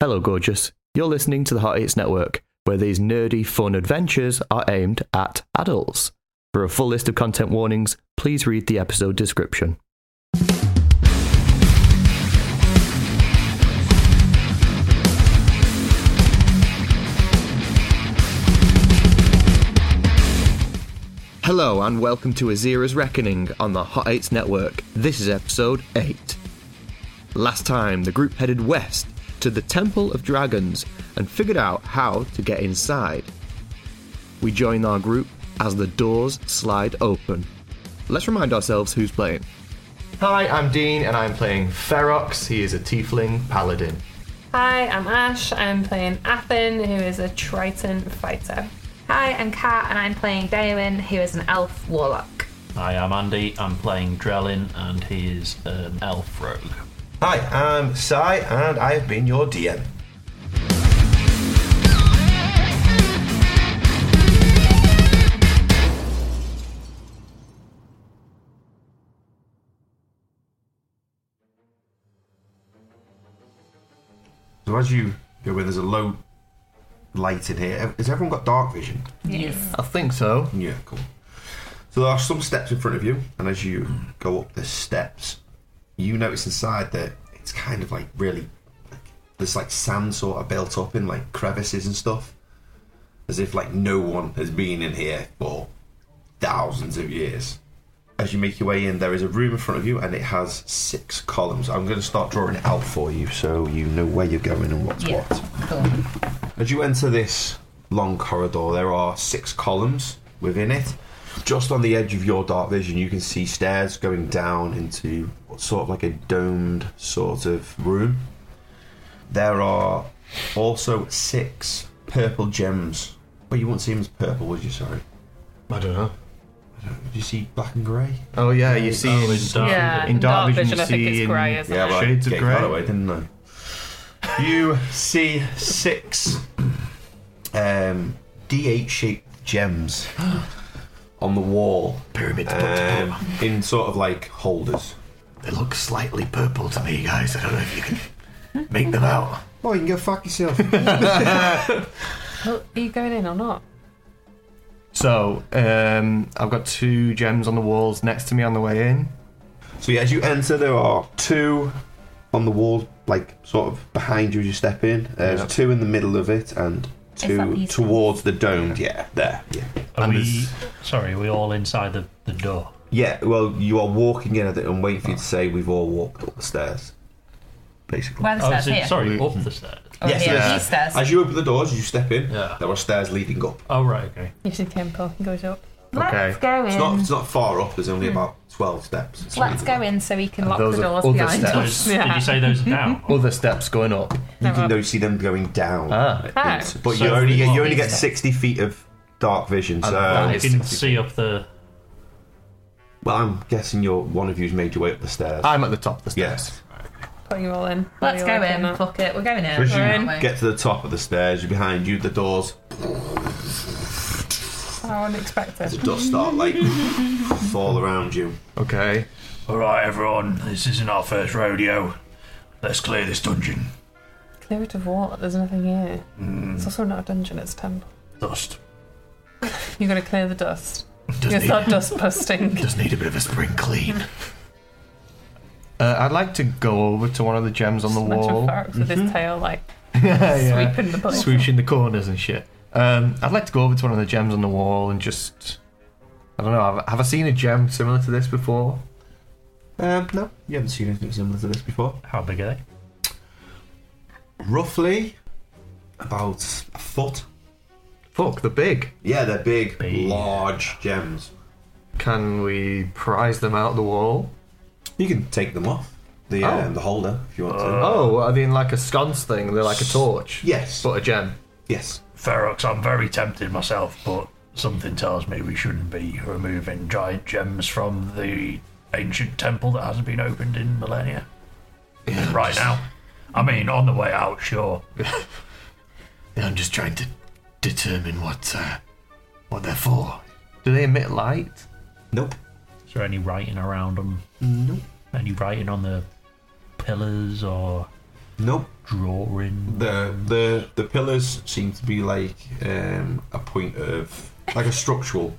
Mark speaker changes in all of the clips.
Speaker 1: Hello, gorgeous. You're listening to the Hot Eats Network, where these nerdy, fun adventures are aimed at adults. For a full list of content warnings, please read the episode description. Hello, and welcome to Azira's Reckoning on the Hot Eights Network. This is episode 8. Last time, the group headed west to the Temple of Dragons and figured out how to get inside. We join our group as the doors slide open. Let's remind ourselves who's playing. Hi, I'm Dean, and I'm playing Ferox. He is a Tiefling Paladin.
Speaker 2: Hi, I'm Ash. I'm playing Athen, who is a Triton fighter.
Speaker 3: Hi, I'm Kat, and I'm playing Damon, who is an elf warlock.
Speaker 4: Hi, I'm Andy. I'm playing Drellin, and he is an elf rogue.
Speaker 5: Hi, I'm Sai, and I have been your DM. So as you go where there's a low light in here, has everyone got dark vision?
Speaker 1: I think so.
Speaker 5: Yeah, cool. So there are some steps in front of you, and as you go up the steps, you notice inside that it's kind of like really there's like sand sort of built up in like crevices and stuff, as if like no one has been in here for thousands of years. As you make your way in, there is a room in front of you, and it has six columns. I'm going to start drawing it out for you, so you know where you're going and what's what.
Speaker 3: Cool.
Speaker 5: As you enter this long corridor, there are six columns within it. Just on the edge of your dark vision, you can see stairs going down into what's sort of like a domed sort of room. There are also six purple gems. But you wouldn't see them as purple, would you? Sorry.
Speaker 1: I don't know.
Speaker 5: Did you see black and grey?
Speaker 1: Oh yeah, you see
Speaker 4: Oh, it's dark.
Speaker 2: Yeah, in dark vision, I think it's
Speaker 1: in
Speaker 2: grey, isn't Yeah, it?
Speaker 1: shades of
Speaker 5: gave that
Speaker 1: grey.
Speaker 5: away, didn't I? You see six um, D8 shaped gems on the wall
Speaker 6: Pyramid
Speaker 5: um, in sort of like holders.
Speaker 6: Uh, They look slightly purple to me, guys. I don't know if you can make them out.
Speaker 5: Oh, you can go fuck yourself.
Speaker 2: Are you going in or not?
Speaker 1: So um, I've got two gems on the walls next to me on the way in.
Speaker 5: so yeah, as you enter, there are two on the wall, like sort of behind you as you step in. Uh, There's
Speaker 1: Yeah.
Speaker 5: two in the middle of it and
Speaker 3: that
Speaker 5: two
Speaker 3: these
Speaker 5: towards the dome. Yeah, there. Yeah.
Speaker 4: Are
Speaker 1: And
Speaker 4: we,
Speaker 1: there's-
Speaker 4: sorry, are we all inside the, the door?
Speaker 5: Yeah, well, you are walking in at it and waiting for you to say we've all walked up the stairs. Basically.
Speaker 3: Where are the
Speaker 4: Oh,
Speaker 3: stairs
Speaker 4: so-
Speaker 3: here?
Speaker 4: sorry, up the stairs.
Speaker 3: Oh,
Speaker 5: Yes,
Speaker 3: here,
Speaker 5: yes.
Speaker 3: these stairs.
Speaker 5: As you open the doors, you step in.
Speaker 4: Yeah.
Speaker 5: There are stairs leading up.
Speaker 4: Oh, right, okay.
Speaker 2: Yes, the temple. He goes up.
Speaker 1: Okay.
Speaker 3: Let's go
Speaker 5: It's not.
Speaker 3: in.
Speaker 5: It's not far up. There's only about twelve steps. It's
Speaker 3: Hmm. Let's
Speaker 5: really-
Speaker 3: go in so we can lock
Speaker 1: those
Speaker 3: the
Speaker 1: are
Speaker 3: doors
Speaker 1: other
Speaker 3: behind
Speaker 1: steps.
Speaker 3: us.
Speaker 4: Those, Did you say those are down?
Speaker 1: Other steps going up.
Speaker 5: You can though see them going down.
Speaker 1: Ah.
Speaker 2: Ah.
Speaker 5: It's- but
Speaker 4: So
Speaker 5: you only get you only get
Speaker 3: these
Speaker 5: sixty feet of dark vision. So
Speaker 1: that
Speaker 4: I
Speaker 1: is-
Speaker 4: can see up the.
Speaker 5: well, I'm guessing you're one of you's made your way up the stairs.
Speaker 1: I'm at the top of the stairs.
Speaker 5: yes.
Speaker 2: Putting you all in.
Speaker 3: Let's
Speaker 2: Are
Speaker 3: go
Speaker 2: you okay
Speaker 3: in.
Speaker 2: now?
Speaker 3: Fuck it, we're going in.
Speaker 5: As
Speaker 3: We're
Speaker 5: you
Speaker 3: in.
Speaker 5: get to the top of the stairs, you're behind you. The doors,
Speaker 3: Oh,
Speaker 2: How unexpected.
Speaker 5: the dust start like fall around you.
Speaker 1: Okay.
Speaker 6: All right, everyone. This isn't our first rodeo. Let's clear this dungeon.
Speaker 2: Clear it of what? There's nothing here. It's also not a dungeon, it's a temple.
Speaker 6: Dust
Speaker 2: You're going to clear the dust. You're
Speaker 6: does
Speaker 2: going
Speaker 6: need,
Speaker 2: start dust busting.
Speaker 6: does need a bit of a spring clean.
Speaker 1: Uh, I'd like to go over to one of the gems on the
Speaker 2: Imagine
Speaker 1: wall.
Speaker 2: Ferox with his tail like
Speaker 1: yeah.
Speaker 2: sweeping the place.
Speaker 1: swooshing the corners and shit. Um, I'd like to go over to one of the gems on the wall and just. I don't know. Have, have I seen a gem similar to this before?
Speaker 5: Um, no, you haven't seen anything similar to this before.
Speaker 4: How big are they?
Speaker 5: Roughly about a foot.
Speaker 1: Fuck, they're big.
Speaker 5: Yeah, they're big,
Speaker 4: Big.
Speaker 5: large gems.
Speaker 1: Can we prize them out of the wall?
Speaker 5: You can take them off the
Speaker 1: Oh.
Speaker 5: um, the holder if you want to.
Speaker 1: oh, are they in like a sconce thing? They're like a torch.
Speaker 5: Yes.
Speaker 1: But a gem.
Speaker 5: yes.
Speaker 6: Ferox, I'm very tempted myself, but something tells me we shouldn't be removing giant gems from the ancient temple that hasn't been opened in millennia. right now. I mean, on the way out, sure. I'm just trying to determine what uh, what they're for.
Speaker 1: Do they emit light?
Speaker 5: Nope.
Speaker 4: Is there any writing around them?
Speaker 5: Nope.
Speaker 4: Any writing on the pillars or.
Speaker 5: Nope.
Speaker 4: drawing?
Speaker 5: The the the pillars seem to be like um, a point of like a structural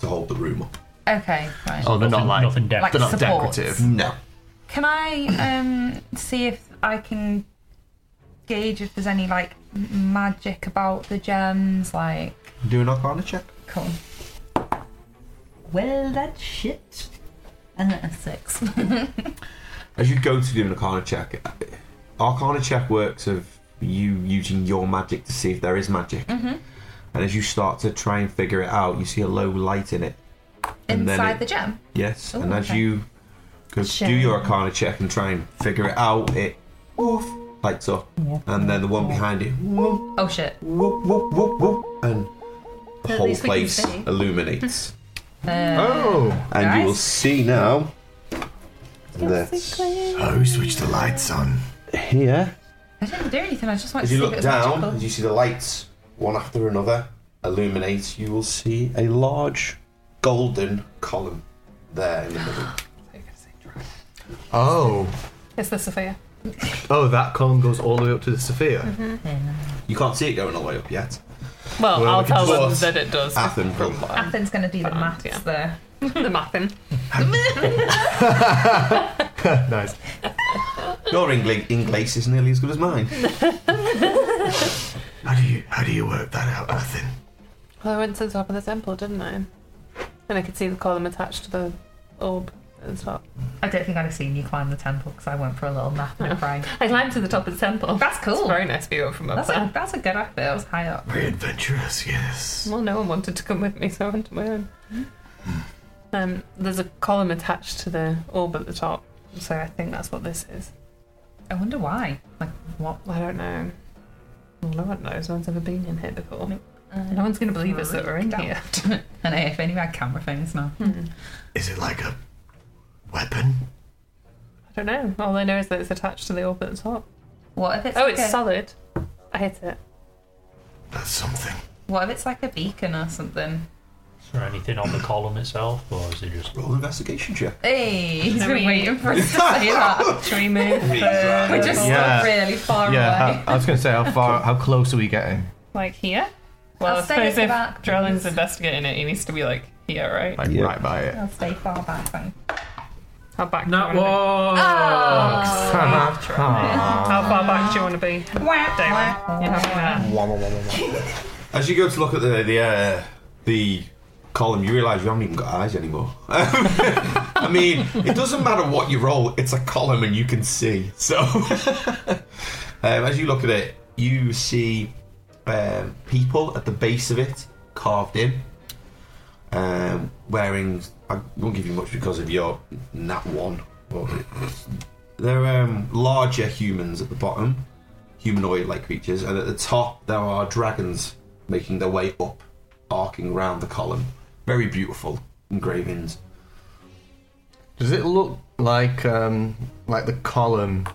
Speaker 5: to hold the room up.
Speaker 3: Okay, right.
Speaker 4: Oh,
Speaker 7: they're not
Speaker 4: nothing,
Speaker 7: like-
Speaker 4: nothing def-
Speaker 3: like
Speaker 4: they're not
Speaker 3: support.
Speaker 7: Decorative.
Speaker 5: No.
Speaker 3: Can I um see if I can gauge if there's any like m- magic about the gems? Like,
Speaker 5: Do an arcana check.
Speaker 3: cool. Well, that shit. And then a six.
Speaker 5: As you go to do an arcana check, arcana check works of you using your magic to see if there is magic.
Speaker 3: Mm-hmm.
Speaker 5: And as you start to try and figure it out, you see a low light in it. And then
Speaker 3: Inside
Speaker 5: it-
Speaker 3: the gem.
Speaker 5: Yes,
Speaker 3: Ooh,
Speaker 5: and as
Speaker 3: okay.
Speaker 5: you go to do
Speaker 3: Shame.
Speaker 5: your arcana check and try and figure it out, it woof, lights up, and then the one behind it woof,
Speaker 3: Oh shit.
Speaker 5: woof, woof, woof, woof, and the
Speaker 3: At
Speaker 5: whole
Speaker 3: least we can
Speaker 5: place
Speaker 3: see.
Speaker 5: illuminates.
Speaker 2: Uh,
Speaker 1: Oh,
Speaker 5: and you will
Speaker 3: Nice.
Speaker 5: see now that
Speaker 7: Oh, switch the lights on.
Speaker 5: here,
Speaker 3: I didn't do anything. I just went
Speaker 5: as
Speaker 3: to
Speaker 5: you
Speaker 3: see
Speaker 5: look
Speaker 3: if it was
Speaker 5: down,
Speaker 3: magical.
Speaker 5: as you see the lights one after another illuminate, you will see a large golden column there in the middle.
Speaker 1: oh,
Speaker 2: It's the Sophia.
Speaker 1: oh! That column goes all the way up to the Sophia.
Speaker 3: Mm-hmm.
Speaker 5: You can't see it going all the way up yet.
Speaker 2: Well,
Speaker 1: Well,
Speaker 2: I'll
Speaker 1: we can
Speaker 2: tell them
Speaker 5: just-
Speaker 2: that it does.
Speaker 5: Athen from
Speaker 3: Athens gonna do the maths
Speaker 2: yeah.
Speaker 3: there.
Speaker 2: the muffin.
Speaker 1: Nice.
Speaker 5: Your Ingla- Inglace is nearly as good as mine.
Speaker 7: How do you how do you work that out, Athen?
Speaker 2: Well, I went to the top of the temple, didn't I? And I could see the column attached to the orb at the top.
Speaker 3: I don't think I'd have seen you climb the temple because I went for a little nap and a cry.
Speaker 2: I climbed to the top of the temple.
Speaker 3: That's cool.
Speaker 2: It's a very nice view from up
Speaker 3: That's
Speaker 2: there.
Speaker 3: a, that's a good outfit. I was high up.
Speaker 7: Very adventurous, yes.
Speaker 2: Well, no one wanted to come with me, so I went on my own. Um, there's a column attached to the orb at the top, so I think that's what this is.
Speaker 3: I wonder why. Like what?
Speaker 2: I don't know. Well, no one knows. No one's ever been in here before. No one's going to believe us that we're in here.
Speaker 3: I know. If only we had camera phones now.
Speaker 7: Is it like a weapon?
Speaker 2: I don't know. All I know is that it's attached to the orb at the top.
Speaker 3: What if it's?
Speaker 2: Oh,
Speaker 3: like
Speaker 2: it's
Speaker 3: a,
Speaker 2: solid. I hit it.
Speaker 7: That's something.
Speaker 3: What if it's like a beacon or something?
Speaker 4: Is there anything on the column itself, or is it just
Speaker 5: Roll investigation check.
Speaker 3: Hey, he's
Speaker 2: I
Speaker 3: been
Speaker 2: mean-
Speaker 3: waiting for us to say that.
Speaker 2: Should we move?
Speaker 3: We're just still
Speaker 1: Yeah.
Speaker 3: really far away.
Speaker 1: Yeah, I, I was going to say, how far, how close are we getting?
Speaker 2: Like here? Well,
Speaker 3: I'll
Speaker 2: I
Speaker 3: stay
Speaker 2: suppose
Speaker 3: at the
Speaker 2: if
Speaker 3: back,
Speaker 2: Drellin's
Speaker 3: please.
Speaker 2: investigating it, he needs to be like here, right?
Speaker 1: Like
Speaker 5: Yeah.
Speaker 1: right by it.
Speaker 3: I'll stay far back then.
Speaker 2: How back
Speaker 7: Not
Speaker 2: do you want
Speaker 3: Oh.
Speaker 2: to be? How far back do you want to be? Damon, you have that.
Speaker 5: As you go to look at the the uh, the column, you realise you haven't even got eyes anymore. I mean, it doesn't matter what you roll; it's a column, and you can see. So, um, as you look at it, you see um, people at the base of it carved in, um, wearing. I won't give you much because of your nat one. But it's- they're um, larger humans at the bottom, humanoid-like creatures, and at the top there are dragons making their way up, arcing round the column. Very beautiful engravings.
Speaker 1: Does it look like um, like the column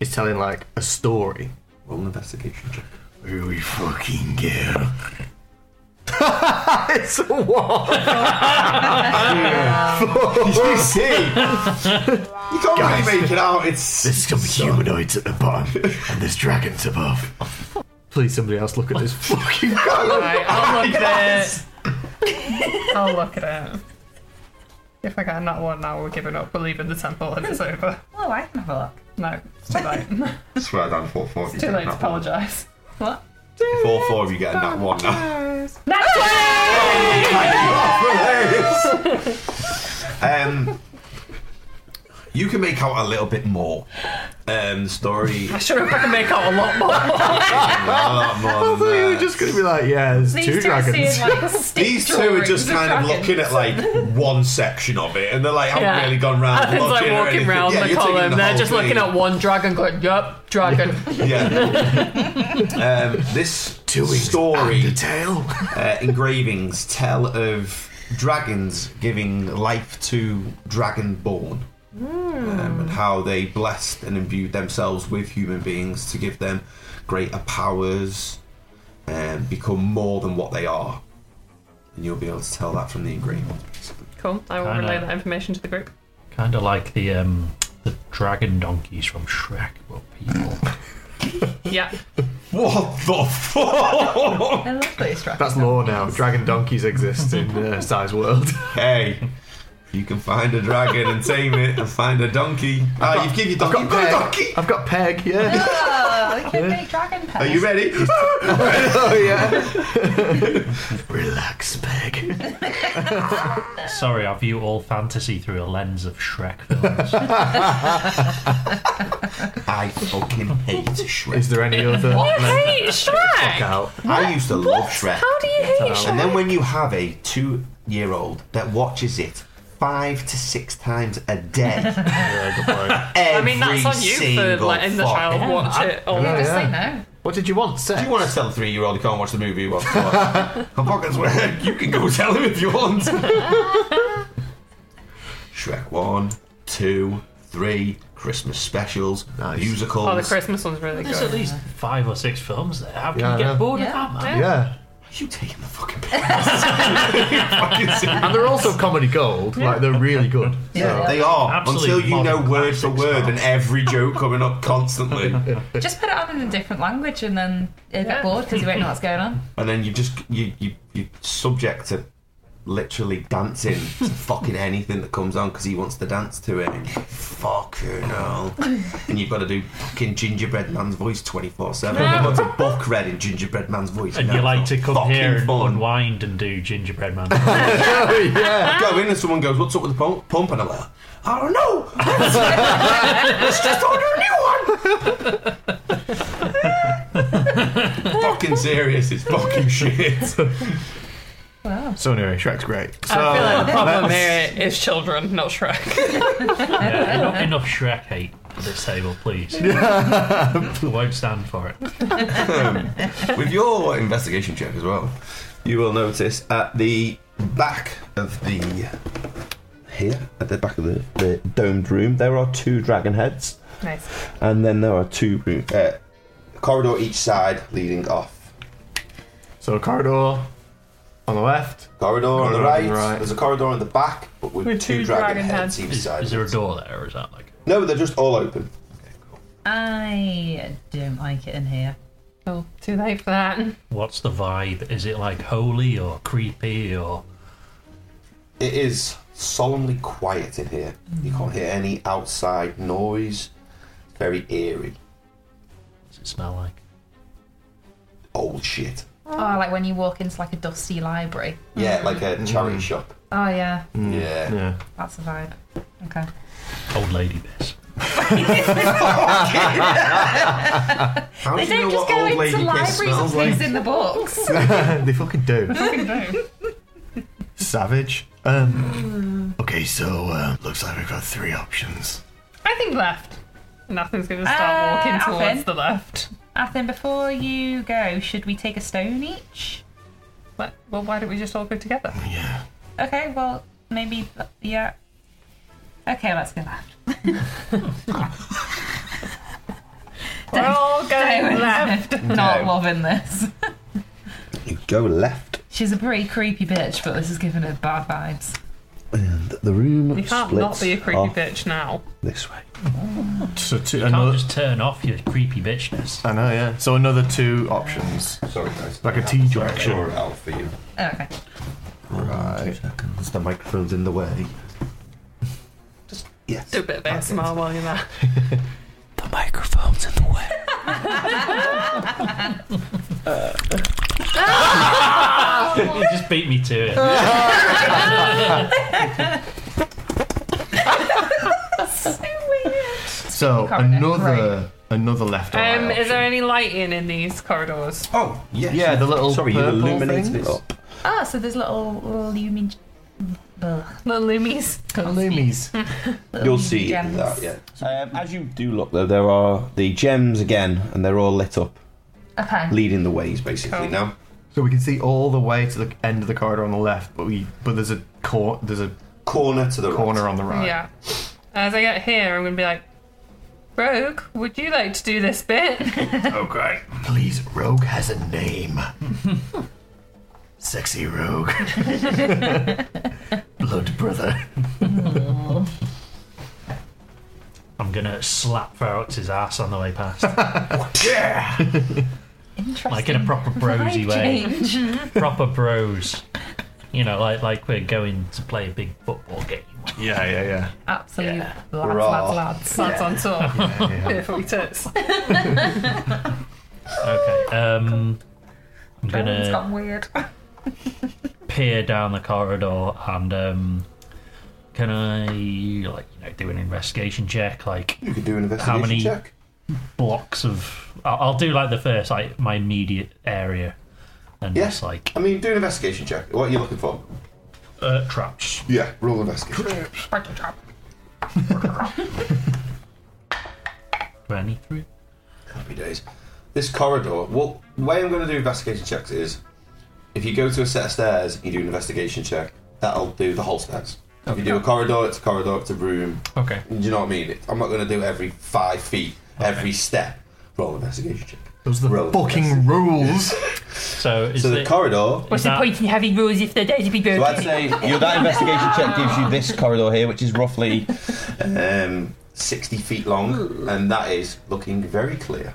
Speaker 1: is telling like a story?
Speaker 5: Roll an investigation check.
Speaker 7: Here we fucking go.
Speaker 1: it's a wall.
Speaker 5: you see, you can't
Speaker 7: Guys.
Speaker 5: really make it out. It's
Speaker 7: There's some humanoids at the bottom, and there's dragons above.
Speaker 1: Please, somebody else look at this fucking.
Speaker 2: Right, I'll look at it. I'll look at it. If I got not one now, we're giving up. We're leaving the temple and it's over.
Speaker 3: Oh, I can have a look.
Speaker 2: No, it's too late.
Speaker 5: swear down four four.
Speaker 2: Too late to apologise.
Speaker 3: What?
Speaker 5: Four four. You get that one now.
Speaker 3: Next one!
Speaker 5: um, you can make out a little bit more. Um, the story
Speaker 2: I should have make out a lot more.
Speaker 5: a lot
Speaker 1: So
Speaker 5: more. Than
Speaker 1: you were
Speaker 5: that.
Speaker 1: just going to be like, yeah, there's two dragons.
Speaker 5: These two are just kind of looking at like one section of it, and they're like, "I've
Speaker 2: Yeah.
Speaker 5: really gone round."
Speaker 2: Athens like
Speaker 5: looking or
Speaker 2: walking
Speaker 5: anything."
Speaker 2: round
Speaker 5: Yeah,
Speaker 2: the
Speaker 5: you're taking
Speaker 2: column. They're
Speaker 5: whole
Speaker 2: just looking
Speaker 5: thing.
Speaker 2: at one dragon, going, "Yup, dragon."
Speaker 5: Yeah. um, this
Speaker 7: Two wings
Speaker 5: story
Speaker 7: and a tail.
Speaker 5: uh, engravings tell of dragons giving life to dragonborn um, and how they blessed and imbued themselves with human beings to give them greater powers and become more than what they are. And you'll be able to tell that from the engravings.
Speaker 2: cool. I will
Speaker 4: Kinda.
Speaker 2: relay that information to the group.
Speaker 4: kind of like the um, the dragon donkeys from Shrek, but people?
Speaker 2: Yeah.
Speaker 5: What the fuck?
Speaker 2: I love that strap.
Speaker 1: That's law now. Dragon donkeys exist in uh, Size World.
Speaker 5: hey, you can find a dragon and tame it, and find a donkey. Ah, you've given your
Speaker 1: I've
Speaker 5: donkey. You've
Speaker 1: got
Speaker 5: got a
Speaker 1: Peg.
Speaker 5: donkey.
Speaker 1: I've got Peg, yeah.
Speaker 3: Oh, we can make dragon pets.
Speaker 5: Are you ready?
Speaker 1: oh, yeah.
Speaker 7: Relax, Peg.
Speaker 4: Sorry, I view all fantasy through a lens of Shrek films.
Speaker 5: I fucking hate Shrek.
Speaker 1: Is there any other?
Speaker 2: You hate
Speaker 1: Fuck
Speaker 2: Shrek!
Speaker 1: out.
Speaker 5: I used to love Shrek.
Speaker 2: How do you hate
Speaker 5: And
Speaker 2: Shrek?
Speaker 5: then when you have a two year old that watches it five to six times a day,
Speaker 1: Yeah, good point.
Speaker 5: every
Speaker 2: I mean, that's on you for
Speaker 5: single
Speaker 2: letting the
Speaker 5: fucking-
Speaker 2: child watch it. All
Speaker 1: Yeah.
Speaker 3: Just say no.
Speaker 1: What did you want? Sex?
Speaker 5: Do you want to tell a three year old you can't watch the movie you want to watch? I fucking swear, you can go tell him if you want. Shrek 1, 2, 3, Christmas specials,
Speaker 1: Nice.
Speaker 5: musicals.
Speaker 2: Oh, the Christmas one's really
Speaker 4: There's
Speaker 2: good.
Speaker 4: at least five or six films there. How can
Speaker 1: Yeah, I
Speaker 4: you get
Speaker 1: know.
Speaker 4: bored
Speaker 3: Yeah.
Speaker 4: of that, man?
Speaker 1: Yeah.
Speaker 5: you taking the fucking piss? Fucking serious.
Speaker 1: And they're also comedy gold. Like, they're really good.
Speaker 5: Yeah, they are.
Speaker 4: Absolute
Speaker 5: until you know
Speaker 4: modern
Speaker 5: word for
Speaker 4: classics,
Speaker 5: word
Speaker 4: man.
Speaker 5: and every joke coming up constantly.
Speaker 3: Just put it on in a different language and then you'll
Speaker 2: Yeah.
Speaker 3: get bored because you won't know what's going on.
Speaker 5: and then you just you you you subject to literally dancing to fucking anything that comes on because he wants to dance to it. Fucking hell! and you've got to do fucking gingerbread man's voice twenty four seven. You've got to book red in gingerbread man's voice.
Speaker 4: And
Speaker 5: No,
Speaker 4: you like
Speaker 5: it's
Speaker 4: to
Speaker 5: not
Speaker 4: come
Speaker 5: fucking
Speaker 4: here and
Speaker 5: fun.
Speaker 4: unwind and do gingerbread man.
Speaker 1: Oh, yeah.
Speaker 5: Go in and someone goes, "What's up with the pump?" pump? And I'm like, "I don't know. Let's just order a new one." fucking serious. It's fucking shit.
Speaker 3: Wow.
Speaker 1: So, anyway, Shrek's great. So,
Speaker 2: I feel like the problem
Speaker 1: let's-
Speaker 2: here is children, not Shrek.
Speaker 4: Yeah, enough, enough Shrek hate at this table, please. I won't stand for it.
Speaker 5: With your investigation check as well, you will notice at the back of the here at the back of the, the domed room there are two dragon heads,
Speaker 2: nice.
Speaker 5: and then there are two room, uh, corridor each side leading off.
Speaker 1: So, corridor on the left.
Speaker 5: Corridor, on
Speaker 1: Corridor
Speaker 5: the
Speaker 1: on
Speaker 5: right,
Speaker 1: the right.
Speaker 5: There's a corridor in the back, but with,
Speaker 2: With
Speaker 5: two,
Speaker 2: two
Speaker 5: dragon,
Speaker 2: dragon
Speaker 5: heads,
Speaker 2: heads.
Speaker 5: each
Speaker 4: Is,
Speaker 5: side.
Speaker 4: is there a door there, or is that like?
Speaker 5: No, they're just all open.
Speaker 8: I don't like it in here.
Speaker 2: Oh, too late for that.
Speaker 4: What's the vibe? Is it like holy or creepy or?
Speaker 5: It is solemnly quiet in here. You can't hear any outside noise. Very eerie.
Speaker 4: Does it smell like?
Speaker 5: Old shit.
Speaker 3: Oh, like when you walk into like a dusty library.
Speaker 2: Mm.
Speaker 5: Yeah, like a charity shop.
Speaker 3: Oh Mm. yeah,
Speaker 5: Yeah.
Speaker 1: Yeah.
Speaker 3: that's a vibe. Okay.
Speaker 4: Old lady piss.
Speaker 5: How
Speaker 3: They don't just go into libraries and things in the books.
Speaker 1: they fucking do. Savage. Um,
Speaker 7: Okay, so uh, looks like we've got three options.
Speaker 2: I think left. Nothing's going to
Speaker 3: Uh,
Speaker 2: start walking
Speaker 3: up
Speaker 2: towards
Speaker 3: in.
Speaker 2: the left.
Speaker 3: Athen, before you go, should we take a stone each?
Speaker 2: But, well, why don't we just all go together?
Speaker 7: Yeah.
Speaker 3: Okay, well maybe yeah. Okay, let's go left.
Speaker 2: We're all going left.
Speaker 3: Not loving this.
Speaker 5: You go left,
Speaker 3: She's a pretty creepy bitch, but this is giving her bad vibes.
Speaker 5: and the room
Speaker 2: You can't not be a creepy bitch now.
Speaker 5: this way.
Speaker 1: so two,
Speaker 4: Can't
Speaker 1: another,
Speaker 4: just turn off your creepy bitchness.
Speaker 1: I know, yeah. So another two options.
Speaker 5: Sorry, guys.
Speaker 1: Like a T direction.
Speaker 5: Sure, out for you.
Speaker 3: Oh, okay.
Speaker 5: Right. Seconds. The microphone's in the way. Just yes.
Speaker 2: Do a bit of ASMR while you're there.
Speaker 7: The microphone's in the way.
Speaker 4: You just beat me to it.
Speaker 1: So
Speaker 3: Corridor,
Speaker 1: another another left or right
Speaker 2: Um, is
Speaker 1: option.
Speaker 2: there any lighting in these corridors?
Speaker 5: Oh, yes.
Speaker 1: Yeah, the little
Speaker 5: Sorry, you
Speaker 1: purple
Speaker 5: illuminated
Speaker 1: things.
Speaker 5: it up.
Speaker 3: Ah, so there's little little lumin. Ugh.
Speaker 2: The Lumies.
Speaker 1: Little loomies.
Speaker 3: Little
Speaker 5: You'll
Speaker 3: lumin
Speaker 5: see
Speaker 3: gems.
Speaker 5: that, yeah. Um, as you do look, though, there are the gems again, and they're all lit up,
Speaker 3: Okay.
Speaker 5: leading the ways, basically,
Speaker 2: Cool.
Speaker 5: now.
Speaker 1: So we can see all the way to the end of the corridor on the left, but we but there's a cor- there's a
Speaker 5: Corner to the
Speaker 1: corner
Speaker 5: right.
Speaker 1: on the right.
Speaker 2: Yeah. As I get here, I'm going to be like, Rogue, would you like to do this bit?
Speaker 6: Okay.
Speaker 7: Please, Rogue has a name. Sexy Rogue. Blood brother.
Speaker 4: I'm gonna slap Ferox's ass on the way past,
Speaker 3: Interesting.
Speaker 4: like in a proper brosy
Speaker 3: Vibe
Speaker 4: way.
Speaker 3: change.
Speaker 4: proper bros. You know, like like we're going to play a big football game.
Speaker 7: Yeah, yeah, yeah.
Speaker 3: Absolute
Speaker 4: Yeah.
Speaker 3: lads,
Speaker 5: Raw.
Speaker 3: lads, lads.
Speaker 2: That's on top. Here for we tits.
Speaker 4: Okay. Um, I'm
Speaker 3: It's
Speaker 4: gonna
Speaker 3: Oh, gone weird.
Speaker 4: peer down the corridor and um, can I like you know do an investigation check? Like
Speaker 5: You could do an investigation
Speaker 4: How many-
Speaker 5: check.
Speaker 4: blocks of I'll, I'll do like the first like my immediate area and
Speaker 5: Yeah.
Speaker 4: just like
Speaker 5: I mean, do an investigation check. What are you looking for?
Speaker 4: uh, traps.
Speaker 5: Yeah, roll investigation.
Speaker 4: Twenty three.
Speaker 5: Happy days. This corridor. Well, the way I'm going to do investigation checks is if you go to a set of stairs, you do an investigation check. That'll do the whole stairs. If you do a corridor, it's a corridor, it's a room.
Speaker 4: Okay.
Speaker 5: Do you know what I mean? It- I'm not going to do every five feet, every step. Roll investigation check.
Speaker 7: Those are the
Speaker 5: Roll
Speaker 7: fucking rules.
Speaker 4: So is
Speaker 5: So the
Speaker 4: it,
Speaker 5: corridor.
Speaker 4: is that-
Speaker 3: in having rules if they're dead to be
Speaker 5: So I'd say your that investigation check gives you this corridor here, which is roughly um, 60 feet long, and that is looking very clear.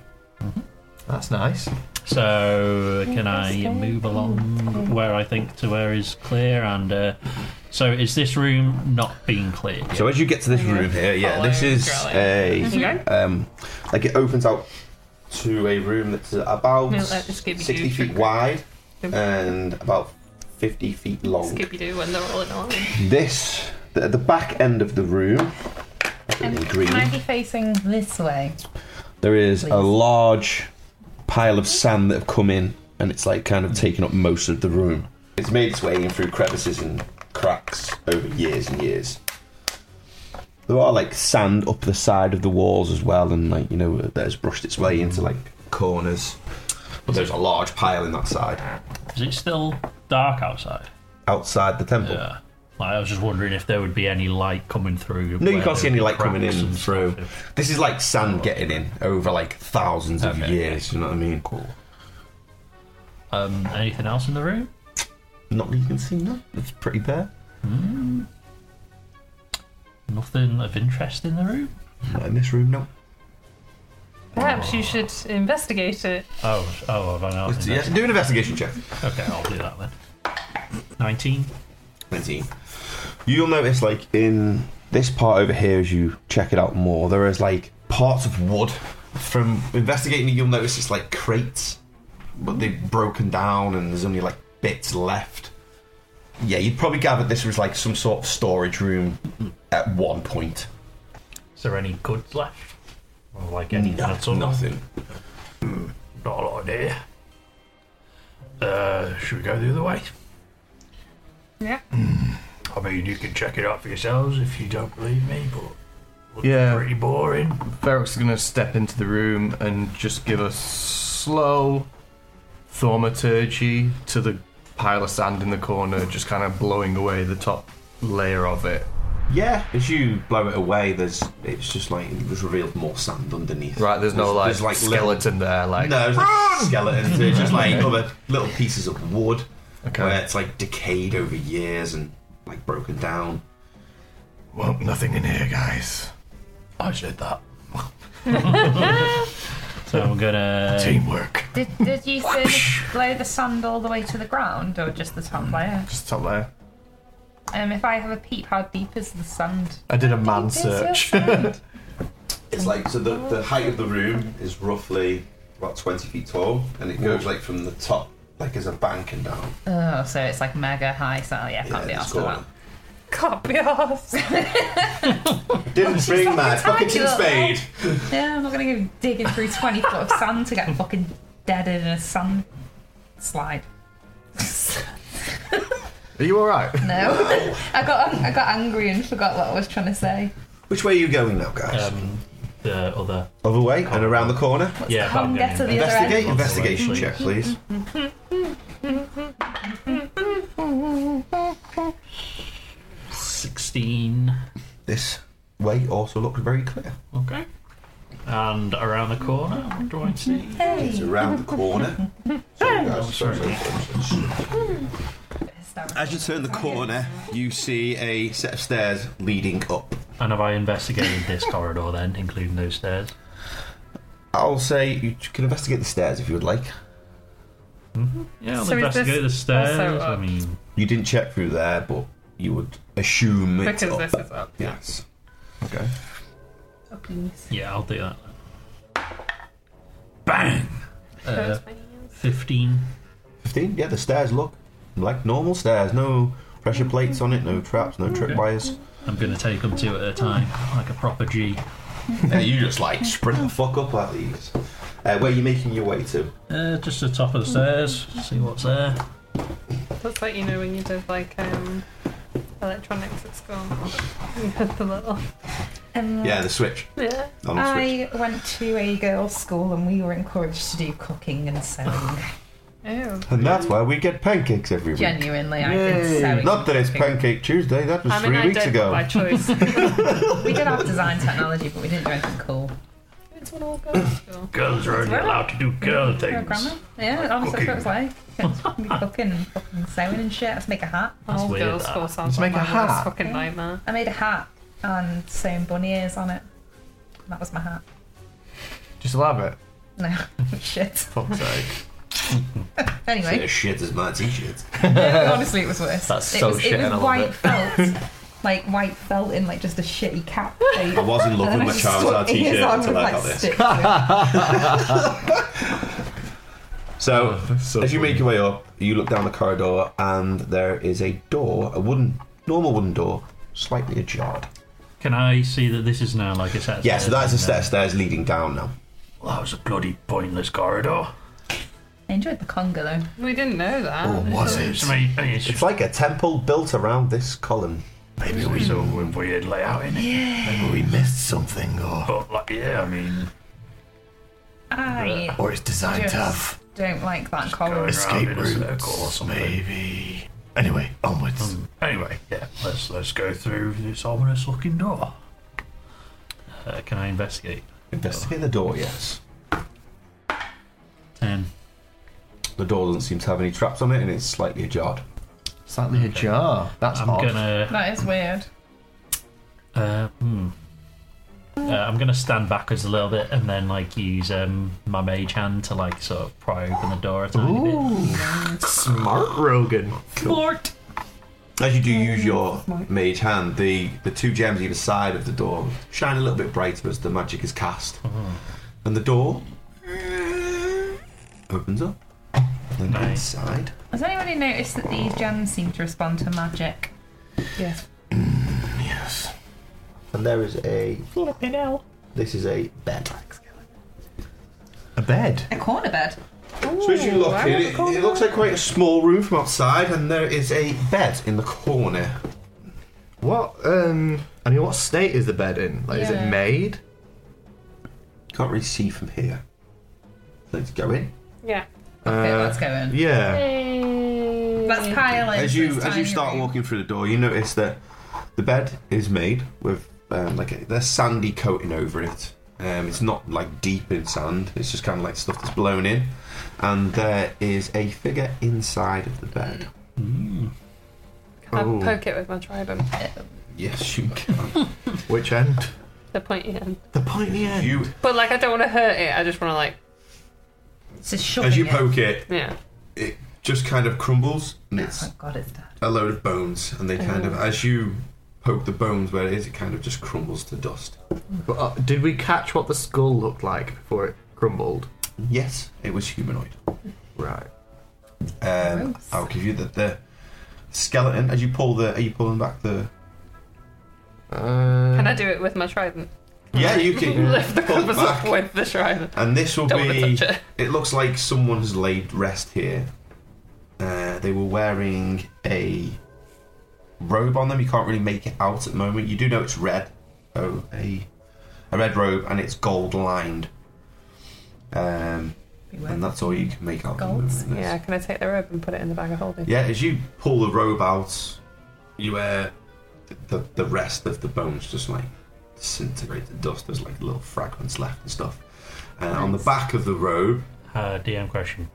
Speaker 1: That's nice.
Speaker 4: So can I move along where I think to where is clear and uh, so is this room not being cleared? yet?
Speaker 5: So as you get to this room here, yeah, this is a
Speaker 2: Here you go.
Speaker 5: um, like it opens out to a room that's about
Speaker 2: No, let the Scooby-Doo
Speaker 5: sixty feet
Speaker 2: trick.
Speaker 5: wide
Speaker 2: Yep.
Speaker 5: and about fifty feet long.
Speaker 2: Scooby Doo when they're all in on.
Speaker 5: This at the back end of the room,
Speaker 3: Um,
Speaker 5: green.
Speaker 3: can I be facing this way?
Speaker 5: There is
Speaker 3: Please.
Speaker 5: a large pile of sand that have come in, and it's like kind of taken up most of the room. It's made its way in through crevices and cracks over years and years. There are like sand up the side of the walls as well, and like you know, that has brushed its way into like corners. But there's a large pile in that side
Speaker 4: Is it still dark outside?
Speaker 5: outside the temple.
Speaker 4: Yeah. Like, I was just wondering if there would be any light coming through.
Speaker 5: No, you
Speaker 4: where
Speaker 5: can't see
Speaker 4: there'd
Speaker 5: any
Speaker 4: be
Speaker 5: light coming
Speaker 4: cracks
Speaker 5: in
Speaker 4: and
Speaker 5: through.
Speaker 4: stuff.
Speaker 5: This is like sand getting in over like thousands of
Speaker 4: Okay.
Speaker 5: years. You know what I mean? Cool.
Speaker 4: Um, anything else in the room?
Speaker 5: Not that you can see, no. It's pretty bare.
Speaker 4: Nothing of interest in the room?
Speaker 5: Not in this room, no.
Speaker 2: Perhaps you should investigate it.
Speaker 4: Oh, oh, I've run out. of
Speaker 5: Yeah, do an investigation check.
Speaker 4: Okay, I'll do that then. 19.
Speaker 5: 19. You'll notice, like, in this part over here, as you check it out more, there is, like, parts of wood. From investigating it, you'll notice it's, like, crates, but they've broken down and there's only, like, bits left. Yeah, you'd probably gather this was, like, some sort of storage room at one point.
Speaker 4: Is there any goods left? Or like anything at all?
Speaker 5: Nothing.
Speaker 6: Not a lot of idea. Uh, should we go the other way? Hmm.
Speaker 2: Yeah.
Speaker 6: I mean, you can check it out for yourselves if you don't believe me, but looks
Speaker 1: Yeah.
Speaker 6: pretty boring.
Speaker 1: Ferox is going to step into the room and just give a slow thaumaturgy to the pile of sand in the corner, just kind of blowing away the top layer of it.
Speaker 5: Yeah, as you blow it away, there's it's just like it was revealed more sand underneath.
Speaker 1: Right, there's no like,
Speaker 5: there's, like, little-
Speaker 1: skeleton there, like
Speaker 5: No, it's like skeletons. They're just like other little pieces of wood
Speaker 1: Okay.
Speaker 5: where it's like decayed over years and like broken down.
Speaker 7: Well, nothing in here, guys.
Speaker 6: I said that.
Speaker 4: So I'm gonna.
Speaker 7: Teamwork.
Speaker 3: Did, did you say lay the sand all the way to the ground or just the
Speaker 8: Mm,
Speaker 3: top layer?
Speaker 1: just top layer.
Speaker 3: Um, if I have a peep, how deep is the sand?
Speaker 1: I did a man
Speaker 3: Deep is your
Speaker 1: search.
Speaker 3: sand?
Speaker 5: It's like so the, the height of the room is roughly about twenty feet tall, and it goes like from the top, like as a bank and down.
Speaker 3: oh, so it's like mega high, so oh, yeah, can't be
Speaker 5: Yeah, it's
Speaker 3: asked for that.
Speaker 5: gone.
Speaker 2: Can't be arsed.
Speaker 5: Didn't bring my fucking
Speaker 3: tiny little
Speaker 5: spade.
Speaker 3: Yeah, I'm not gonna go digging through 20 foot of sand to get fucking deaded in a sand slide.
Speaker 1: Are you alright?
Speaker 3: No, I got um, I got angry and forgot what I was trying to say.
Speaker 5: Which way are you going now, guys?
Speaker 4: Um, the other.
Speaker 5: Other way and around the corner.
Speaker 4: yeah, but I'm
Speaker 3: Come get to
Speaker 4: gonna-
Speaker 3: the other
Speaker 5: Investigate.
Speaker 3: end.
Speaker 5: Investigation
Speaker 3: Mm-hmm.
Speaker 4: Please.
Speaker 5: check, please.
Speaker 4: Sixteen.
Speaker 5: This way also looks very clear.
Speaker 4: Okay. And around the corner, what do I see?
Speaker 2: Mm-hmm.
Speaker 5: It's around the corner. Sorry, guys. Sorry, sorry,
Speaker 2: Oh,
Speaker 5: sorry, sorry.
Speaker 3: Hysterical.
Speaker 5: As you turn the corner, you see a set of stairs leading up.
Speaker 4: And have I investigated this corridor then, including those stairs?
Speaker 5: I'll say you can investigate the stairs if you would like.
Speaker 4: Yeah, I'll
Speaker 2: So is this
Speaker 4: investigate the stairs.
Speaker 2: also
Speaker 4: I
Speaker 2: up?
Speaker 4: mean,
Speaker 5: You didn't check through there, but you would assume it's
Speaker 2: because
Speaker 5: up.
Speaker 2: this is up.
Speaker 5: Yes. Okay.
Speaker 3: Please.
Speaker 4: yeah, I'll do that.
Speaker 6: Bang!
Speaker 4: Uh, Fifteen.
Speaker 5: Fifteen. Yeah, the stairs look like normal stairs. No pressure plates on it. No traps. No trip wires.
Speaker 4: I'm gonna take them two at a time, like a proper G.
Speaker 5: yeah, you just like sprint the fuck up like these. Uh, where are you making your way to?
Speaker 4: Uh, just the top of the stairs. See what's there.
Speaker 2: That's like you know when you did like um, electronics at school. You had the little
Speaker 3: Um,
Speaker 5: Yeah, the switch.
Speaker 2: yeah.
Speaker 5: On the switch.
Speaker 3: I went to a girls' school and we were encouraged to do cooking and sewing.
Speaker 2: Ew.
Speaker 5: And that's why we get pancakes every week.
Speaker 3: Genuinely, I
Speaker 5: Yay.
Speaker 3: did sewing.
Speaker 5: Not that it's
Speaker 3: cooking.
Speaker 5: Pancake Tuesday. That was
Speaker 2: I mean,
Speaker 5: three
Speaker 2: I
Speaker 5: weeks
Speaker 2: did
Speaker 5: ago.
Speaker 2: by choice.
Speaker 3: We did have design technology, but we didn't do anything cool.
Speaker 2: it's what all girls do.
Speaker 6: Girls are only allowed to do girl
Speaker 3: Our
Speaker 6: things.
Speaker 3: grandma? Yeah, honestly, that's what it was like. It's cooking and fucking sewing and shit. Let's make a hat.
Speaker 2: All
Speaker 4: weird,
Speaker 2: girls
Speaker 4: that.
Speaker 2: school sounds
Speaker 5: Let's
Speaker 2: like
Speaker 5: make a
Speaker 2: my worst
Speaker 5: hat.
Speaker 2: fucking nightmare.
Speaker 3: I made a hat and sewn bunny ears on it. And that was my hat.
Speaker 8: Just love it.
Speaker 3: No, shit.
Speaker 8: Fuck's sake.
Speaker 5: Yeah,
Speaker 3: Anyway,
Speaker 5: shit is my t-shirt.
Speaker 3: honestly, it was worse.
Speaker 8: That's
Speaker 3: it
Speaker 8: so
Speaker 3: was,
Speaker 8: shit
Speaker 3: It
Speaker 8: and
Speaker 3: was
Speaker 8: I love
Speaker 3: white
Speaker 8: it.
Speaker 3: felt, like white felt in like just a shitty cap.
Speaker 5: I was in love with my Charizard t-shirt until I got this. So,
Speaker 8: so
Speaker 5: as you make your way up, you look down the corridor, and there is a door, a wooden, normal wooden door, slightly ajarred.
Speaker 4: Can I see that this is now like a set? of
Speaker 5: Yeah, so
Speaker 4: stairs
Speaker 5: that's a
Speaker 4: and, uh,
Speaker 5: set of stairs leading down now.
Speaker 6: Well, that was a bloody pointless corridor.
Speaker 3: I enjoyed the conga
Speaker 5: Oh.
Speaker 3: though.
Speaker 2: We didn't know that.
Speaker 7: Or was it?
Speaker 6: I mean, it's
Speaker 5: It's
Speaker 6: just
Speaker 5: like a temple built around this column.
Speaker 7: Maybe
Speaker 6: it was
Speaker 7: we,
Speaker 6: a weird layout in it.
Speaker 7: maybe we missed something, or
Speaker 6: But like, yeah, I mean,
Speaker 3: I
Speaker 7: or it's designed
Speaker 3: Yes.
Speaker 7: to have
Speaker 3: don't like that
Speaker 6: go
Speaker 3: collar.
Speaker 7: escape
Speaker 6: Around in a circle or
Speaker 7: routes,
Speaker 6: something.
Speaker 7: maybe. Anyway, onwards.
Speaker 6: anyway, yeah, let's let's go through this ominous looking door.
Speaker 4: Uh, can I investigate?
Speaker 5: Investigate the door, yes.
Speaker 4: Ten.
Speaker 5: The door doesn't seem to have any traps on it, and it's slightly ajarred.
Speaker 8: Slightly ajar. That's
Speaker 4: I'm
Speaker 8: odd.
Speaker 4: gonna.
Speaker 3: That is weird.
Speaker 4: Uh, hmm. Uh, I'm gonna stand backwards a little bit and then like use um, my mage hand to like sort of pry open the door a tiny bit.
Speaker 8: Smart Rogan.
Speaker 5: As you do use your mage hand, the, the two gems either side of the door shine a little bit brighter as the magic is cast.
Speaker 8: Uh-huh.
Speaker 5: And the door opens up. And
Speaker 4: Nice.
Speaker 5: inside.
Speaker 3: Has anybody noticed that these gems seem to respond to magic? Yes.
Speaker 7: Yes.
Speaker 5: And there is a. Flipping This is a bed.
Speaker 8: A bed.
Speaker 3: A corner bed.
Speaker 5: So as you look in, it, it looks like quite a small room from outside, and there is a bed in the corner.
Speaker 8: What? Um. I mean, what state is the bed in? Like, is
Speaker 3: Yeah.
Speaker 8: it made?
Speaker 5: Can't really see from here. Let's go in.
Speaker 2: Yeah.
Speaker 3: Okay,
Speaker 8: Uh,
Speaker 3: let's go in.
Speaker 8: Yeah.
Speaker 3: Let's pile in.
Speaker 5: As
Speaker 3: to
Speaker 5: you
Speaker 3: this
Speaker 5: as you
Speaker 3: tiny
Speaker 5: start
Speaker 3: room.
Speaker 5: walking through the door, you notice that the bed is made with um, like a, there's sandy coating over it. Um, it's not like deep in sand. It's just kind of like stuff that's blown in, and there is a figure inside of the bed.
Speaker 2: Can
Speaker 8: Oh.
Speaker 2: I poke it with my trident?
Speaker 5: Yes, you can.
Speaker 8: Which end?
Speaker 2: The pointy end.
Speaker 8: The pointy end.
Speaker 5: you
Speaker 2: But like, I don't want to hurt it. I just want to like,
Speaker 3: It's just shoving
Speaker 5: as you
Speaker 3: it.
Speaker 5: poke it,
Speaker 2: yeah.
Speaker 5: it just kind of crumbles, and it's
Speaker 3: Oh god, it's dead.
Speaker 5: a load of bones, and they kind of,
Speaker 3: Oh.
Speaker 5: as you poke the bones where it is, it kind of just crumbles to dust.
Speaker 8: But, uh, did we catch what the skull looked like before it crumbled?
Speaker 5: Yes, it was humanoid.
Speaker 8: Right.
Speaker 5: Um, I'll give you the, the skeleton. As you pull the, are you pulling back the?
Speaker 8: Uh,
Speaker 2: Can I do it with my trident?
Speaker 5: Yeah, you can
Speaker 2: Lift the
Speaker 5: pull it
Speaker 2: covers up
Speaker 5: back.
Speaker 2: with the trident.
Speaker 5: And this will
Speaker 2: Don't wanna
Speaker 5: be.
Speaker 2: touch it.
Speaker 5: It looks like someone has laid rest here. Uh, they were wearing a robe on them. You can't really make it out at the moment. You do know it's red. Oh, a a red robe, and it's gold lined. Um, and that's all you can make out. at the
Speaker 3: Golds?
Speaker 5: moment.
Speaker 2: Yeah. Can I take the rope and put it in the bag of holding?
Speaker 5: Yeah, as you pull the robe out, you uh, the the rest of the bones just like disintegrate to dust. There's like little fragments left and stuff. And on the back of the robe,
Speaker 4: Uh, DM question: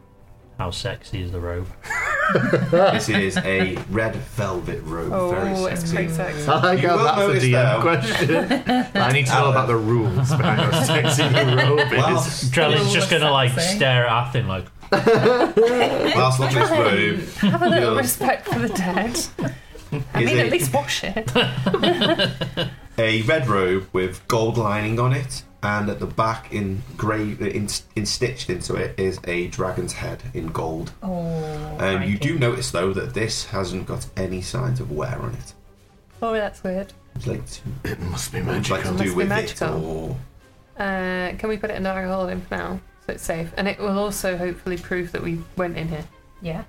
Speaker 4: How sexy is the robe?
Speaker 5: This is a red velvet robe. Very
Speaker 2: Oh, it's
Speaker 5: sexy.
Speaker 2: pretty sexy.
Speaker 8: I like
Speaker 5: You
Speaker 8: how
Speaker 5: will
Speaker 8: that's a
Speaker 5: notice,
Speaker 8: DM
Speaker 5: though-
Speaker 8: question. I need to know about the rules behind how sexy the robe
Speaker 5: Well,
Speaker 8: is.
Speaker 4: Drelly's just gonna like
Speaker 3: sexy.
Speaker 4: stare at Athen like
Speaker 5: Last look at this robe.
Speaker 2: Have a little
Speaker 5: Yours.
Speaker 2: respect for the dead. I
Speaker 5: Is
Speaker 2: mean,
Speaker 5: it-
Speaker 2: at least wash it.
Speaker 5: A red robe with gold lining on it, and at the back, in grey, in, in stitched into it, is a dragon's head in gold.
Speaker 3: Oh.
Speaker 5: Um, you
Speaker 3: crikey.
Speaker 5: do notice though that this hasn't got any signs of wear on it.
Speaker 2: Oh, that's weird.
Speaker 5: Would you like to,
Speaker 7: It must be
Speaker 5: would you like
Speaker 7: magical.
Speaker 5: to
Speaker 2: Must
Speaker 5: do
Speaker 2: be
Speaker 5: with it,
Speaker 2: magical.
Speaker 5: or
Speaker 2: Uh, can we put it in our holding for now? So it's safe. And it will also hopefully prove that we went in here.
Speaker 3: Yeah.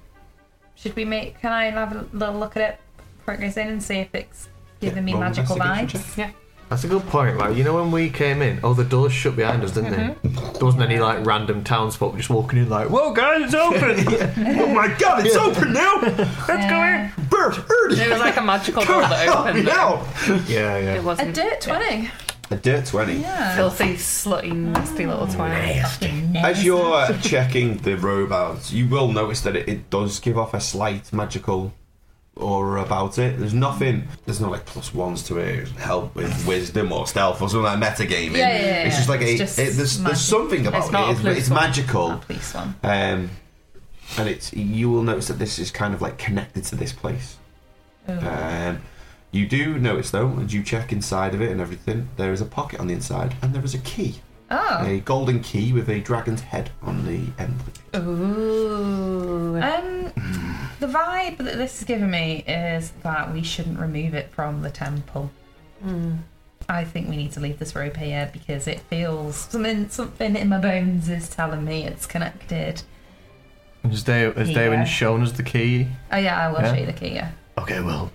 Speaker 3: Should we make? Can I have a little look at it before it goes in and see if it's giving me
Speaker 5: roll an
Speaker 3: magical
Speaker 5: investigation
Speaker 3: vibes?
Speaker 2: Yeah.
Speaker 8: That's a good point, right? You know when we came in, oh, the doors shut behind us, didn't
Speaker 3: Mm-hmm.
Speaker 8: they? There wasn't any like random townsfolk just walking in like, whoa, guys, it's open.
Speaker 5: oh my god, it's open now!
Speaker 3: Let's go in.
Speaker 5: Bert, Ernie,
Speaker 2: It was like a magical door that
Speaker 5: help me
Speaker 2: opened.
Speaker 5: now!
Speaker 8: yeah,
Speaker 2: It
Speaker 8: yeah.
Speaker 3: A
Speaker 2: wasn't.
Speaker 3: dirt twenty.
Speaker 5: A dirt twenty.
Speaker 3: Yeah.
Speaker 2: Filthy, slutty, nasty little
Speaker 5: Oh,
Speaker 2: twat.
Speaker 5: As you're uh, checking the robe out, you will notice that it, it does give off a slight magical aura about it. There's nothing, there's no like plus ones to it, help with wisdom or stealth or something like metagaming.
Speaker 3: Yeah, yeah, yeah,
Speaker 5: It's just
Speaker 3: yeah.
Speaker 5: like a,
Speaker 3: It's just
Speaker 5: it, there's,
Speaker 3: magic.
Speaker 5: there's something about
Speaker 2: It's not
Speaker 5: it,
Speaker 2: a
Speaker 5: it's, it's
Speaker 2: plus one.
Speaker 5: magical.
Speaker 3: Not police one.
Speaker 5: Um, and it's you will notice that this is kind of like connected to this place.
Speaker 3: Oh.
Speaker 5: Um, you do notice though, as you check inside of it and everything, there is a pocket on the inside and there is a key.
Speaker 3: Oh.
Speaker 5: A golden key with a dragon's head on the end of it.
Speaker 2: Ooh.
Speaker 3: Um, the vibe that this is giving me is that we shouldn't remove it from the temple.
Speaker 2: Hmm.
Speaker 3: I think we need to leave this rope here because it feels something. Something in my bones is telling me it's connected.
Speaker 8: Has Daywin has
Speaker 3: Yeah.
Speaker 8: Daywin shown us the key?
Speaker 3: Oh yeah, I will
Speaker 8: Yeah.
Speaker 3: show you the key. Yeah.
Speaker 7: Okay, well,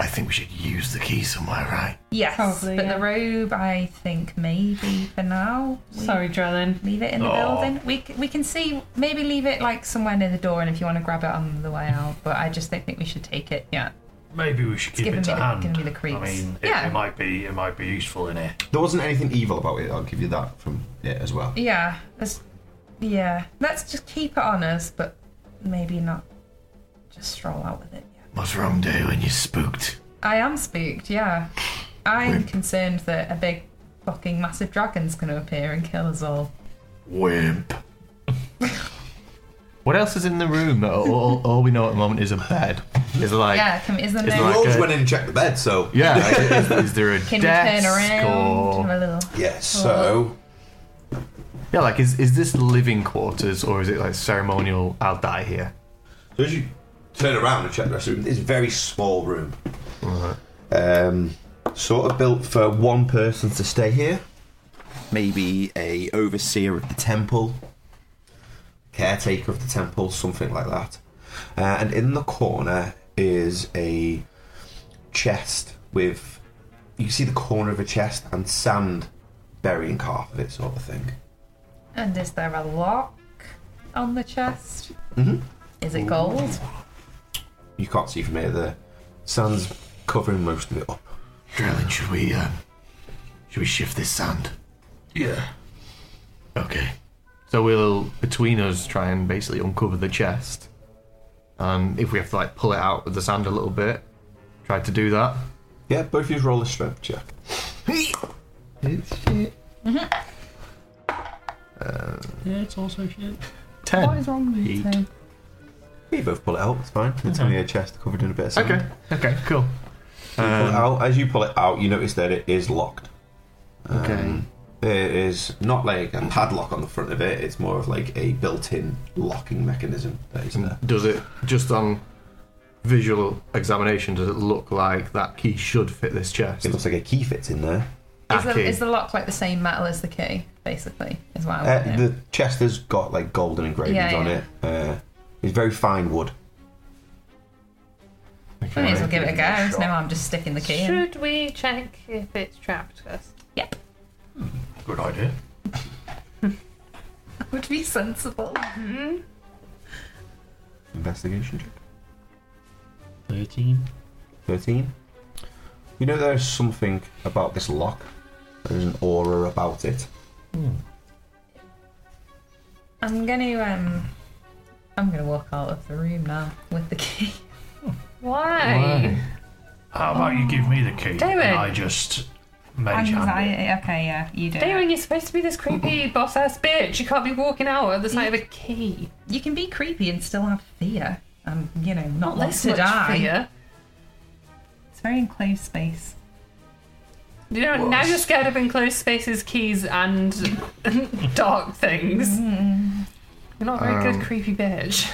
Speaker 7: I think we should use the key somewhere, right?
Speaker 3: Yes,
Speaker 2: Probably,
Speaker 3: but
Speaker 2: yeah.
Speaker 3: the robe, I think maybe for now. we
Speaker 2: Sorry, Drellin.
Speaker 3: Leave it in the building. We c- we can see. Maybe leave it like somewhere near the door, and if you want to grab it on the way out. But I just don't think we should take it. Yeah.
Speaker 6: Maybe we should keep
Speaker 3: giving
Speaker 6: it to
Speaker 3: me the-
Speaker 6: hand.
Speaker 3: giving me the creeps.
Speaker 6: I mean, it,
Speaker 3: Yeah.
Speaker 6: it might be it might be useful in here.
Speaker 5: There wasn't anything evil about it. I'll give you that from it as well.
Speaker 3: Yeah. Let's. Yeah. Let's just keep it on us, but maybe not. Just stroll out with it. Yeah.
Speaker 7: What's wrong, Day, when you spooked?
Speaker 3: I am spooked. Yeah. I'm
Speaker 7: Wait.
Speaker 3: concerned that a big, fucking, massive dragon's going to appear and kill us all.
Speaker 7: Wimp.
Speaker 8: What else is in the room? all, all, all we know at the moment is a bed. Is like,
Speaker 3: Yeah. Can, is there
Speaker 8: It's
Speaker 3: no?
Speaker 8: like-
Speaker 5: You always
Speaker 8: Okay.
Speaker 5: went in and checked the bed, so
Speaker 8: yeah. like, is, is there a
Speaker 3: Can we turn
Speaker 8: desk
Speaker 3: around?
Speaker 8: or
Speaker 3: Have a little.
Speaker 5: yeah.
Speaker 3: Oh.
Speaker 5: So
Speaker 8: yeah? Like, is is this living quarters or is it like ceremonial? I'll die here.
Speaker 5: So as you turn around and check the rest of the room, it's a very small room. Um, sort of built for one person to stay here. Maybe a overseer of the temple, caretaker of the temple, something like that. Uh, and in the corner is a chest with you can see the corner of a chest and sand burying half of it, sort of thing.
Speaker 3: And is there a lock on the chest? Mm-hmm. Is it gold?
Speaker 5: You can't see from here. The sand's covering most of it up.
Speaker 7: Drellin, should we,
Speaker 8: uh,
Speaker 7: um, should we shift this sand?
Speaker 6: Yeah.
Speaker 7: Okay.
Speaker 8: So we'll between us try and basically uncover the chest, and if we have to like pull it out with the sand a little bit, try to do that.
Speaker 5: Yeah, both of you roll a strength check.
Speaker 4: Yeah, it's also shit.
Speaker 8: Ten.
Speaker 5: You both pull it out, it's fine. It's only a chest covered in a bit of sand.
Speaker 8: Okay. Okay. Cool.
Speaker 5: So you pull
Speaker 3: Um,
Speaker 5: it out. As you pull it out, you notice that it is locked.
Speaker 8: Okay.
Speaker 5: There is not like a padlock on the front of it, it's more of like a built in locking mechanism that is there.
Speaker 8: Does it just on visual examination? Does it look like that key should fit this chest?
Speaker 5: It looks like a key fits in there.
Speaker 3: Is the,
Speaker 8: Aki.
Speaker 3: is the lock like the same metal as the key, basically? Is what I
Speaker 5: Uh,
Speaker 3: want to know.
Speaker 5: the chest has got like golden engravings
Speaker 3: Yeah,
Speaker 5: on
Speaker 3: yeah.
Speaker 5: it. Uh, it's very fine wood.
Speaker 3: We may as well give it a go. There's no
Speaker 6: Sure.
Speaker 3: harm just sticking the key in.
Speaker 2: Should we check if it's trapped us?
Speaker 3: Yep.
Speaker 6: Good idea.
Speaker 3: Would be sensible.
Speaker 5: Investigation check.
Speaker 4: Thirteen.
Speaker 5: 13. You know, there's something about this lock, there's an aura about it.
Speaker 3: I'm going to um, I'm gonna walk out of the room now with the key.
Speaker 2: Why?
Speaker 4: How about
Speaker 3: Oh.
Speaker 4: you give me the key
Speaker 2: Damn it.
Speaker 4: and I just mage hand it?
Speaker 3: Anxiety. Okay, yeah, you do.
Speaker 2: Damon,
Speaker 3: it.
Speaker 2: you're supposed to be this creepy boss ass bitch. You can't be walking out at the sight of a key.
Speaker 3: You can be creepy and still have fear. Um, you know, not want
Speaker 2: This
Speaker 3: to
Speaker 2: much
Speaker 3: die.
Speaker 2: fear.
Speaker 3: It's a very enclosed space.
Speaker 2: You know, now you're scared of enclosed spaces, keys, and dark things. Hmm. You're not a very
Speaker 1: Um,
Speaker 2: good, creepy bitch.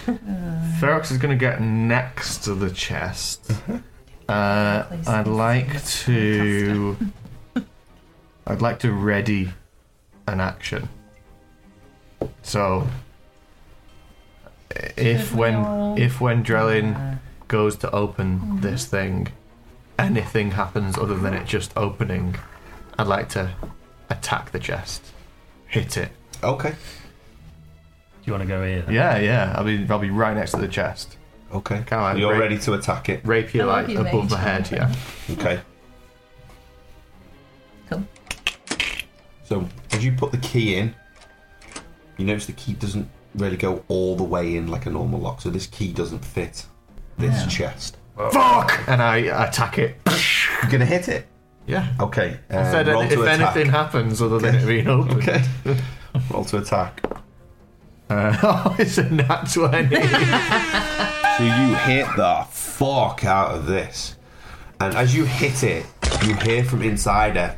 Speaker 1: Ferox is going to get next to the chest. Uh, I'd like to. I'd like to ready an action. So, if when if when Drellin goes to open this thing, anything happens other than it just opening, I'd like to attack the chest, hit it.
Speaker 5: Okay.
Speaker 9: you want to go here?
Speaker 1: Yeah, yeah. I'll be I'll be right next to the chest,
Speaker 5: Okay.
Speaker 1: Can I-
Speaker 5: You're
Speaker 1: Ra-
Speaker 5: ready to attack it.
Speaker 1: rapier
Speaker 3: I love
Speaker 1: like
Speaker 3: you,
Speaker 1: above the
Speaker 3: mate.
Speaker 1: head. Yeah.
Speaker 5: Okay.
Speaker 3: Cool.
Speaker 5: So as you put the key in, you notice the key doesn't really go all the way in like a normal lock. So this key doesn't fit this chest.
Speaker 1: Fuck! And I attack it.
Speaker 5: You're gonna hit it.
Speaker 1: Yeah.
Speaker 5: Okay. Uh,
Speaker 1: If, any-
Speaker 5: roll
Speaker 1: if
Speaker 5: to attack.
Speaker 1: anything happens other than it being open,
Speaker 5: Okay. roll to attack.
Speaker 1: uh, oh, it's a nat 20.
Speaker 5: So you hit the fuck out of this. And as you hit it, you hear from inside her.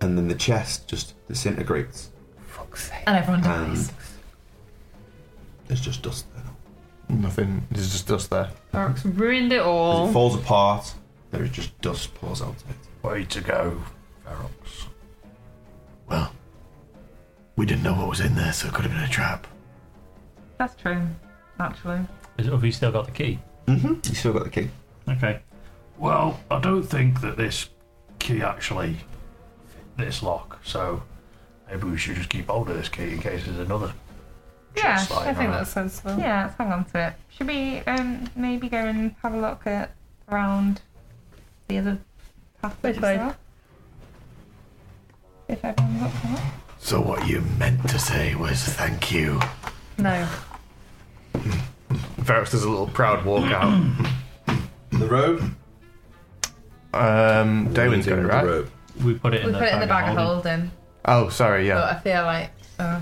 Speaker 5: and then the chest just disintegrates.
Speaker 3: And everyone dies.
Speaker 5: And there's just dust there.
Speaker 1: Nothing, there's just dust there.
Speaker 2: Dark's ruined it
Speaker 5: As it
Speaker 2: all.
Speaker 5: falls apart, there is just dust pours out of it.
Speaker 4: Way to go, Ferox.
Speaker 8: Well, we didn't know what was in there, so it could have been a trap.
Speaker 3: That's true, actually.
Speaker 9: Is, have you still got the key?
Speaker 5: You still got the key.
Speaker 9: Okay.
Speaker 4: Well, I don't think that this key actually fit this lock, so maybe we should just keep hold of this key in case there's another.
Speaker 2: Yeah,
Speaker 4: chest lying
Speaker 2: I think
Speaker 4: around.
Speaker 2: that's sensible.
Speaker 3: Yeah, let's hang on to it. Should we um maybe go and have a look at around the other passage as
Speaker 2: Okay.
Speaker 3: well? If everyone's up for that.
Speaker 8: So what you meant to say was thank you.
Speaker 2: No.
Speaker 1: Ferox does a little proud walk out.
Speaker 5: The robe.
Speaker 1: Um, Damon's got it,
Speaker 5: Leading the
Speaker 1: right?
Speaker 5: robe.
Speaker 9: We put it in
Speaker 3: We
Speaker 9: the
Speaker 3: put it
Speaker 9: bag
Speaker 3: in the bag
Speaker 9: of
Speaker 3: of
Speaker 9: holding.
Speaker 3: holding,
Speaker 1: Oh, sorry,
Speaker 3: but
Speaker 1: yeah.
Speaker 3: I feel like uh,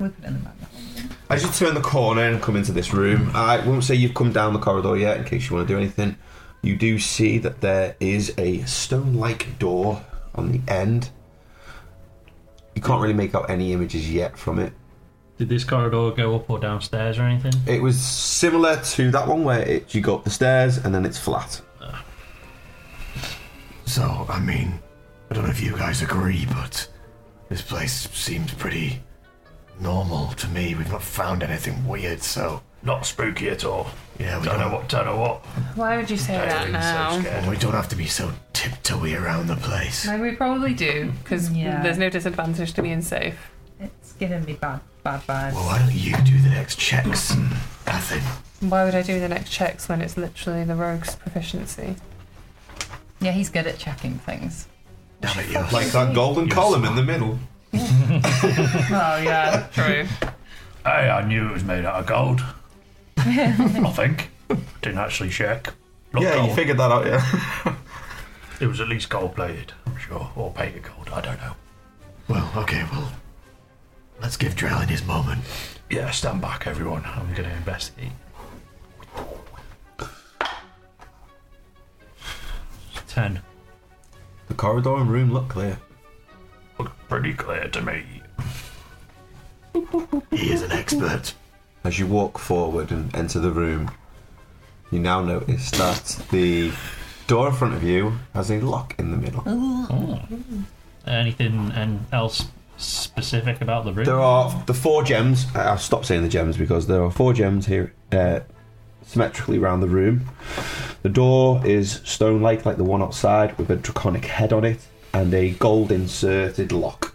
Speaker 3: we put it in the bag of holding.
Speaker 5: As you turn the corner and come into this room, I won't say you've come down the corridor yet in case you want to do anything. You do see that there is a stone like door on the end. You can't really make out any images yet from it.
Speaker 9: Did this corridor go up or downstairs or anything?
Speaker 5: It was similar to that one where it, you go up the stairs and then it's flat.
Speaker 8: So, I mean, I don't know if you guys agree, but this place seems pretty normal to me. We've not found anything weird, so
Speaker 4: Not spooky at all.
Speaker 8: yeah, we
Speaker 4: Don't
Speaker 8: don't,
Speaker 4: know what, don't know what.
Speaker 2: Why would you say that
Speaker 4: Damon's so
Speaker 2: now?
Speaker 4: scared.
Speaker 8: we don't have to be so tiptoey around the place.
Speaker 2: No, we probably do, because
Speaker 3: Yeah.
Speaker 2: there's no disadvantage to being safe.
Speaker 3: It's giving me bad, bad vibes.
Speaker 8: Well, why don't you do the next checks?
Speaker 1: Mm-hmm.
Speaker 8: Nothing.
Speaker 2: Why would I do the next checks when it's literally the rogue's proficiency?
Speaker 3: Yeah, he's good at checking things.
Speaker 8: Damn it, you're
Speaker 5: Like that golden column in the middle.
Speaker 2: Oh, yeah, true.
Speaker 4: Hey, I knew it was made out of gold. I think. Didn't actually check. Not
Speaker 5: Yeah,
Speaker 4: gold.
Speaker 5: you figured that out, yeah.
Speaker 4: It was at least gold plated, I'm sure. Or painted gold, I don't know.
Speaker 8: Well, okay, well, let's give Drellin his moment.
Speaker 4: Yeah, stand back, everyone. I'm going to investigate.
Speaker 9: 10.
Speaker 5: The corridor and room look clear.
Speaker 4: Look pretty clear to me.
Speaker 8: He is an expert.
Speaker 5: As you walk forward and enter the room, you now notice that the door in front of you has a lock in the middle.
Speaker 9: Anything and else specific about the room?
Speaker 5: There are the four gems. I- I'll stop saying the gems because there are four gems here uh, symmetrically around the room. The door is stone like, like the one outside, with a draconic head on it and a gold inserted lock.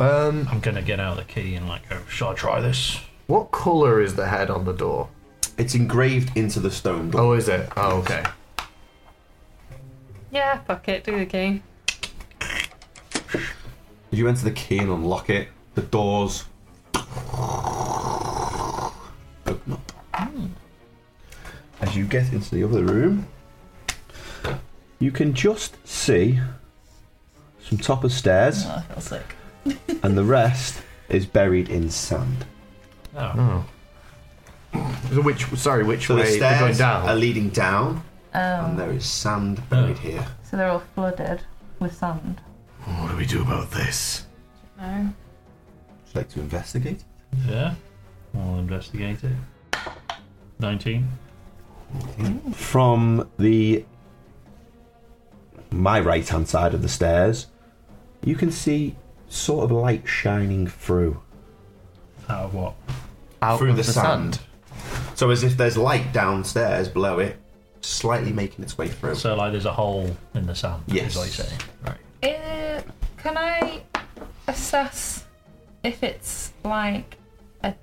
Speaker 1: Um,
Speaker 9: I'm going to get out the key and like go,
Speaker 4: Shall I try this?
Speaker 1: what colour is the head on the door?
Speaker 5: It's engraved into the stone door.
Speaker 1: Oh, is it? Oh, okay.
Speaker 2: Yeah, fuck it, do the key.
Speaker 5: As you enter the key and unlock it, the doors open up. Hmm. As you get into the other room, you can just see some top of stairs,
Speaker 9: Oh, I feel sick.
Speaker 5: and the rest is buried in sand.
Speaker 4: Oh.
Speaker 1: So which? Sorry, which
Speaker 5: So
Speaker 1: way?
Speaker 5: the
Speaker 1: They're going
Speaker 5: stairs
Speaker 1: down. Oh.
Speaker 5: are leading down, and
Speaker 9: Um,
Speaker 5: there is sand buried here.
Speaker 9: so they're all flooded with sand.
Speaker 8: What do we do about this?
Speaker 9: No.
Speaker 5: Would you like to investigate?
Speaker 4: Yeah. I'll investigate it. 19.
Speaker 5: From the my right hand side of the stairs, you can see sort of light shining through.
Speaker 4: Out of what?
Speaker 1: Out
Speaker 5: through
Speaker 1: of
Speaker 5: the sand. So as if there's light downstairs below it, slightly making its way through.
Speaker 4: So, like, there's a hole in the sand.
Speaker 5: Yes.
Speaker 4: Is what you're saying. Right.
Speaker 9: Uh, can I assess if it's like a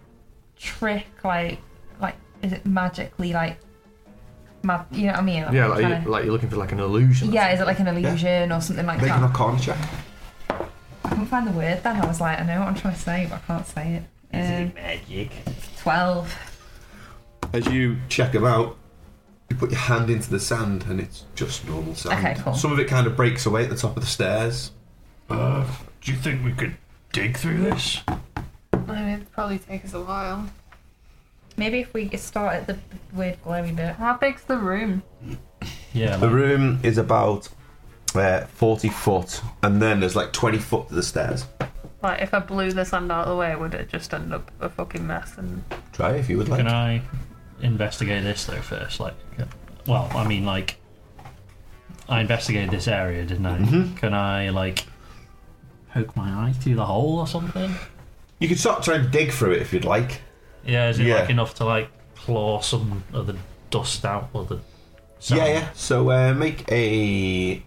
Speaker 9: trick, like like is it magically like, ma- you know what I mean?
Speaker 1: Yeah,
Speaker 9: I'm
Speaker 1: like,
Speaker 9: trying
Speaker 1: you,
Speaker 9: to-
Speaker 1: like you're looking for like an illusion.
Speaker 9: yeah. Is it like an illusion or something like
Speaker 5: Make an
Speaker 9: that?
Speaker 5: arcana check.
Speaker 9: I couldn't find the word. Then I was like, I know what I'm trying to say, but I can't say it. Um,
Speaker 4: magic?
Speaker 9: Twelve.
Speaker 5: As you check them out, you put your hand into the sand and it's just normal sand.
Speaker 9: Okay, cool.
Speaker 5: Some of it kind of breaks away at the top of the stairs.
Speaker 10: Uh, do you think we could dig through this?
Speaker 2: I mean, it'd probably take us a while.
Speaker 9: Maybe if we start at the weird glowy bit.
Speaker 2: How big's the room?
Speaker 4: Yeah.
Speaker 5: The
Speaker 4: Like,
Speaker 5: room is about uh, 40 foot, and then there's like 20 foot to the stairs.
Speaker 2: Like, if I blew the sand out of the way, would it just end up a fucking mess? And
Speaker 5: Try if you would like.
Speaker 4: can I investigate this, though, first? Like, well, I mean, like, I investigated this area, didn't I?
Speaker 5: Mm-hmm.
Speaker 4: Can I, like, poke my eye through the hole or something?
Speaker 5: You could sort of try and dig through it if you'd like.
Speaker 4: Yeah, is it,
Speaker 5: Yeah.
Speaker 4: like, enough to, like, claw some of the dust out or the sand?
Speaker 5: Yeah, yeah. So uh, make a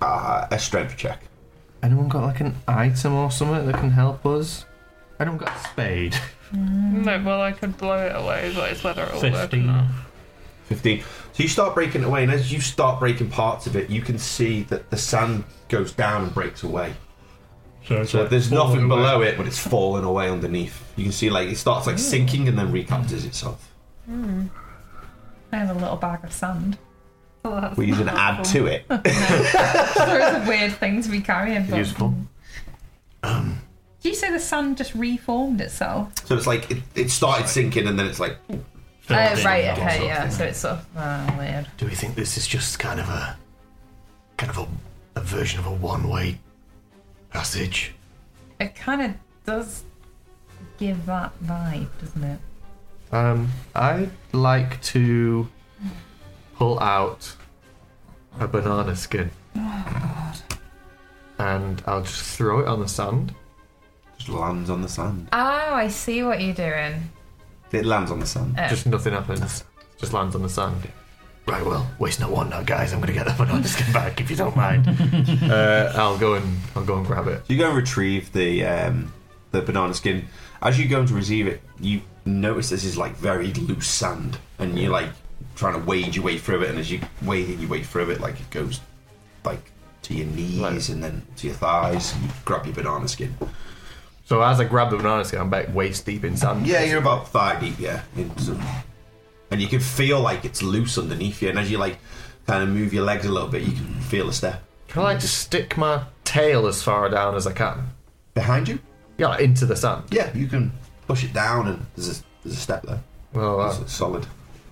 Speaker 5: uh, a strength check.
Speaker 1: Anyone got like an item or something that can help us? Anyone got a spade?
Speaker 2: no, well, I could blow it away, but it's whether it'll work or
Speaker 4: 15.
Speaker 2: not.
Speaker 5: 15. So you start breaking it away, and as you start breaking parts of it, you can see that the sand goes down and breaks away.
Speaker 4: So, it's
Speaker 5: So
Speaker 4: like
Speaker 5: there's
Speaker 4: falling
Speaker 5: nothing
Speaker 4: away.
Speaker 5: below it, but it's falling away underneath. You can see like it starts like sinking and then recaptures itself.
Speaker 9: I have a little bag of sand.
Speaker 2: Well, that's
Speaker 5: Well, you can add to it.
Speaker 9: Those are weird things to be carrying. But...
Speaker 1: Useful.
Speaker 9: Did you say the sand just reformed itself?
Speaker 5: So it's like it, it started sinking and then it's like
Speaker 9: Oh,
Speaker 4: Filled in
Speaker 9: right,
Speaker 4: and all
Speaker 9: okay,
Speaker 4: sorts.
Speaker 9: yeah. So it's sort of uh, weird.
Speaker 8: Do we think this is just kind of a kind of a, a version of a one-way passage?
Speaker 9: It kind of does give that vibe, doesn't it?
Speaker 1: Um, I'd like to pull out a banana skin. Oh, And I'll just throw it on the sand.
Speaker 5: just lands on the sand.
Speaker 9: Oh, I see what you're doing.
Speaker 5: It lands on the sand.
Speaker 1: Just nothing happens. Just lands on the sand.
Speaker 8: Right, well, waste not want now, guys. I'm gonna get that banana skin back if you don't mind.
Speaker 1: Uh, I'll go and I'll go and grab it.
Speaker 5: You go and retrieve the um, the banana skin. As you go to retrieve it, you notice this is like very loose sand, and you're like trying to wade your way through it. And as you wading your way through it, like it goes like to your knees
Speaker 1: Right.
Speaker 5: and then to your thighs. And you grab your banana skin.
Speaker 1: So as I grab the banana skin, I'm about waist deep in sand.
Speaker 5: Yeah, you're about thigh deep. Yeah, in some- and you can feel like it's loose underneath you. And as you like kind of move your legs a little bit, you can feel a step
Speaker 1: Can I like just stick my tail as far down as I can?
Speaker 5: behind you.
Speaker 1: Yeah, like, into the sand.
Speaker 5: Yeah, you can push it down, and there's a, there's a step there.
Speaker 1: Well,
Speaker 5: It's
Speaker 1: that,
Speaker 5: solid.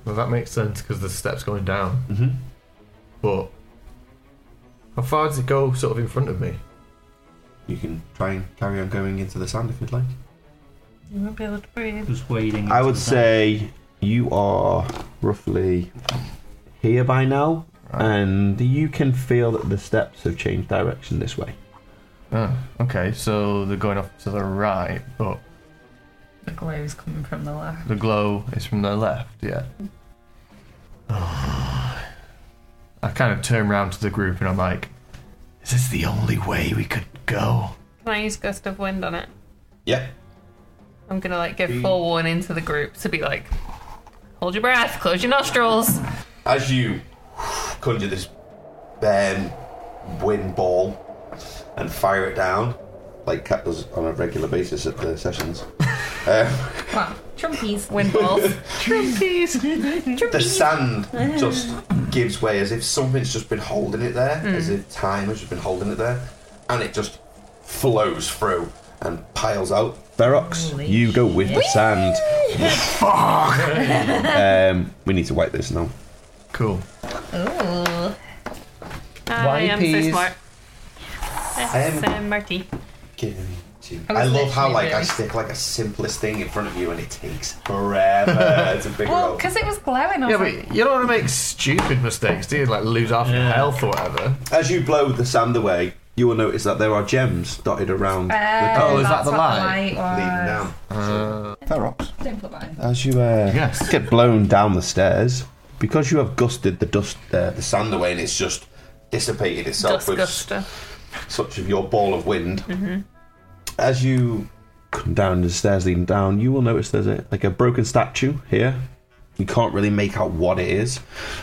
Speaker 1: well, that makes sense because the step's going down. Mm-hmm. But how far does it go? Sort of in front of me.
Speaker 5: You can try and carry on going into the sand if you'd like.
Speaker 2: You won't be able to breathe.
Speaker 4: Just wading.
Speaker 5: I
Speaker 4: into
Speaker 5: would
Speaker 4: the sand.
Speaker 5: say you are roughly here by now, and you can feel that the steps have changed direction this way.
Speaker 8: Ah,
Speaker 1: Oh, okay. So they're going off to the right, but
Speaker 9: The glow's coming from the left.
Speaker 1: the glow is from the left. Yeah. I kind of turn round to the group and I'm like,
Speaker 8: is this the only way we could go?
Speaker 2: Can I use gust of wind on it?
Speaker 5: Yep.
Speaker 2: I'm gonna like give full warning to the group to be like, hold your breath, close your nostrils.
Speaker 5: As you conjure this um, wind ball and fire it down, like Kat does on a regular basis at the sessions. um,
Speaker 3: Wow. Trumpies. Windballs. Trumpies.
Speaker 5: the sand just gives way as if something's just been holding it there,
Speaker 3: Hmm.
Speaker 5: as if time has just been holding it there, and it just flows through and piles out. Ferox,
Speaker 3: Holy
Speaker 5: you go with the sand. Fuck! um, we need to wipe this now.
Speaker 8: Cool.
Speaker 3: Ooh.
Speaker 9: I am so
Speaker 8: YPs.
Speaker 9: smart. Yes,
Speaker 5: am-
Speaker 9: um, Marty.
Speaker 5: Give me two.
Speaker 3: I was
Speaker 5: I love how
Speaker 3: literally
Speaker 5: like I
Speaker 3: really-
Speaker 5: stick like a simplest thing in front of you and it takes forever to figure
Speaker 3: Well,
Speaker 5: out.
Speaker 3: because Oh, it was glowing. I was
Speaker 8: Yeah,
Speaker 3: like,
Speaker 8: but you don't want to make stupid mistakes, do you? Like lose half your
Speaker 4: Yeah.
Speaker 8: health or whatever.
Speaker 5: As you blow the sand away, you will notice that there are gems dotted around the
Speaker 3: oh,
Speaker 8: Oh, is
Speaker 3: that's
Speaker 8: that the
Speaker 3: what
Speaker 8: light?
Speaker 3: light was.
Speaker 5: leading down.
Speaker 3: It's Simplified.
Speaker 5: As you uh,
Speaker 8: Yes.
Speaker 5: get blown down the stairs, because you have gusted the dust, uh, the sand away, and it's just dissipated itself with
Speaker 9: Disguster.
Speaker 5: such of your ball of wind. As you come down the stairs leading down, you will notice there's a, like a broken statue here. You can't really make out what it is,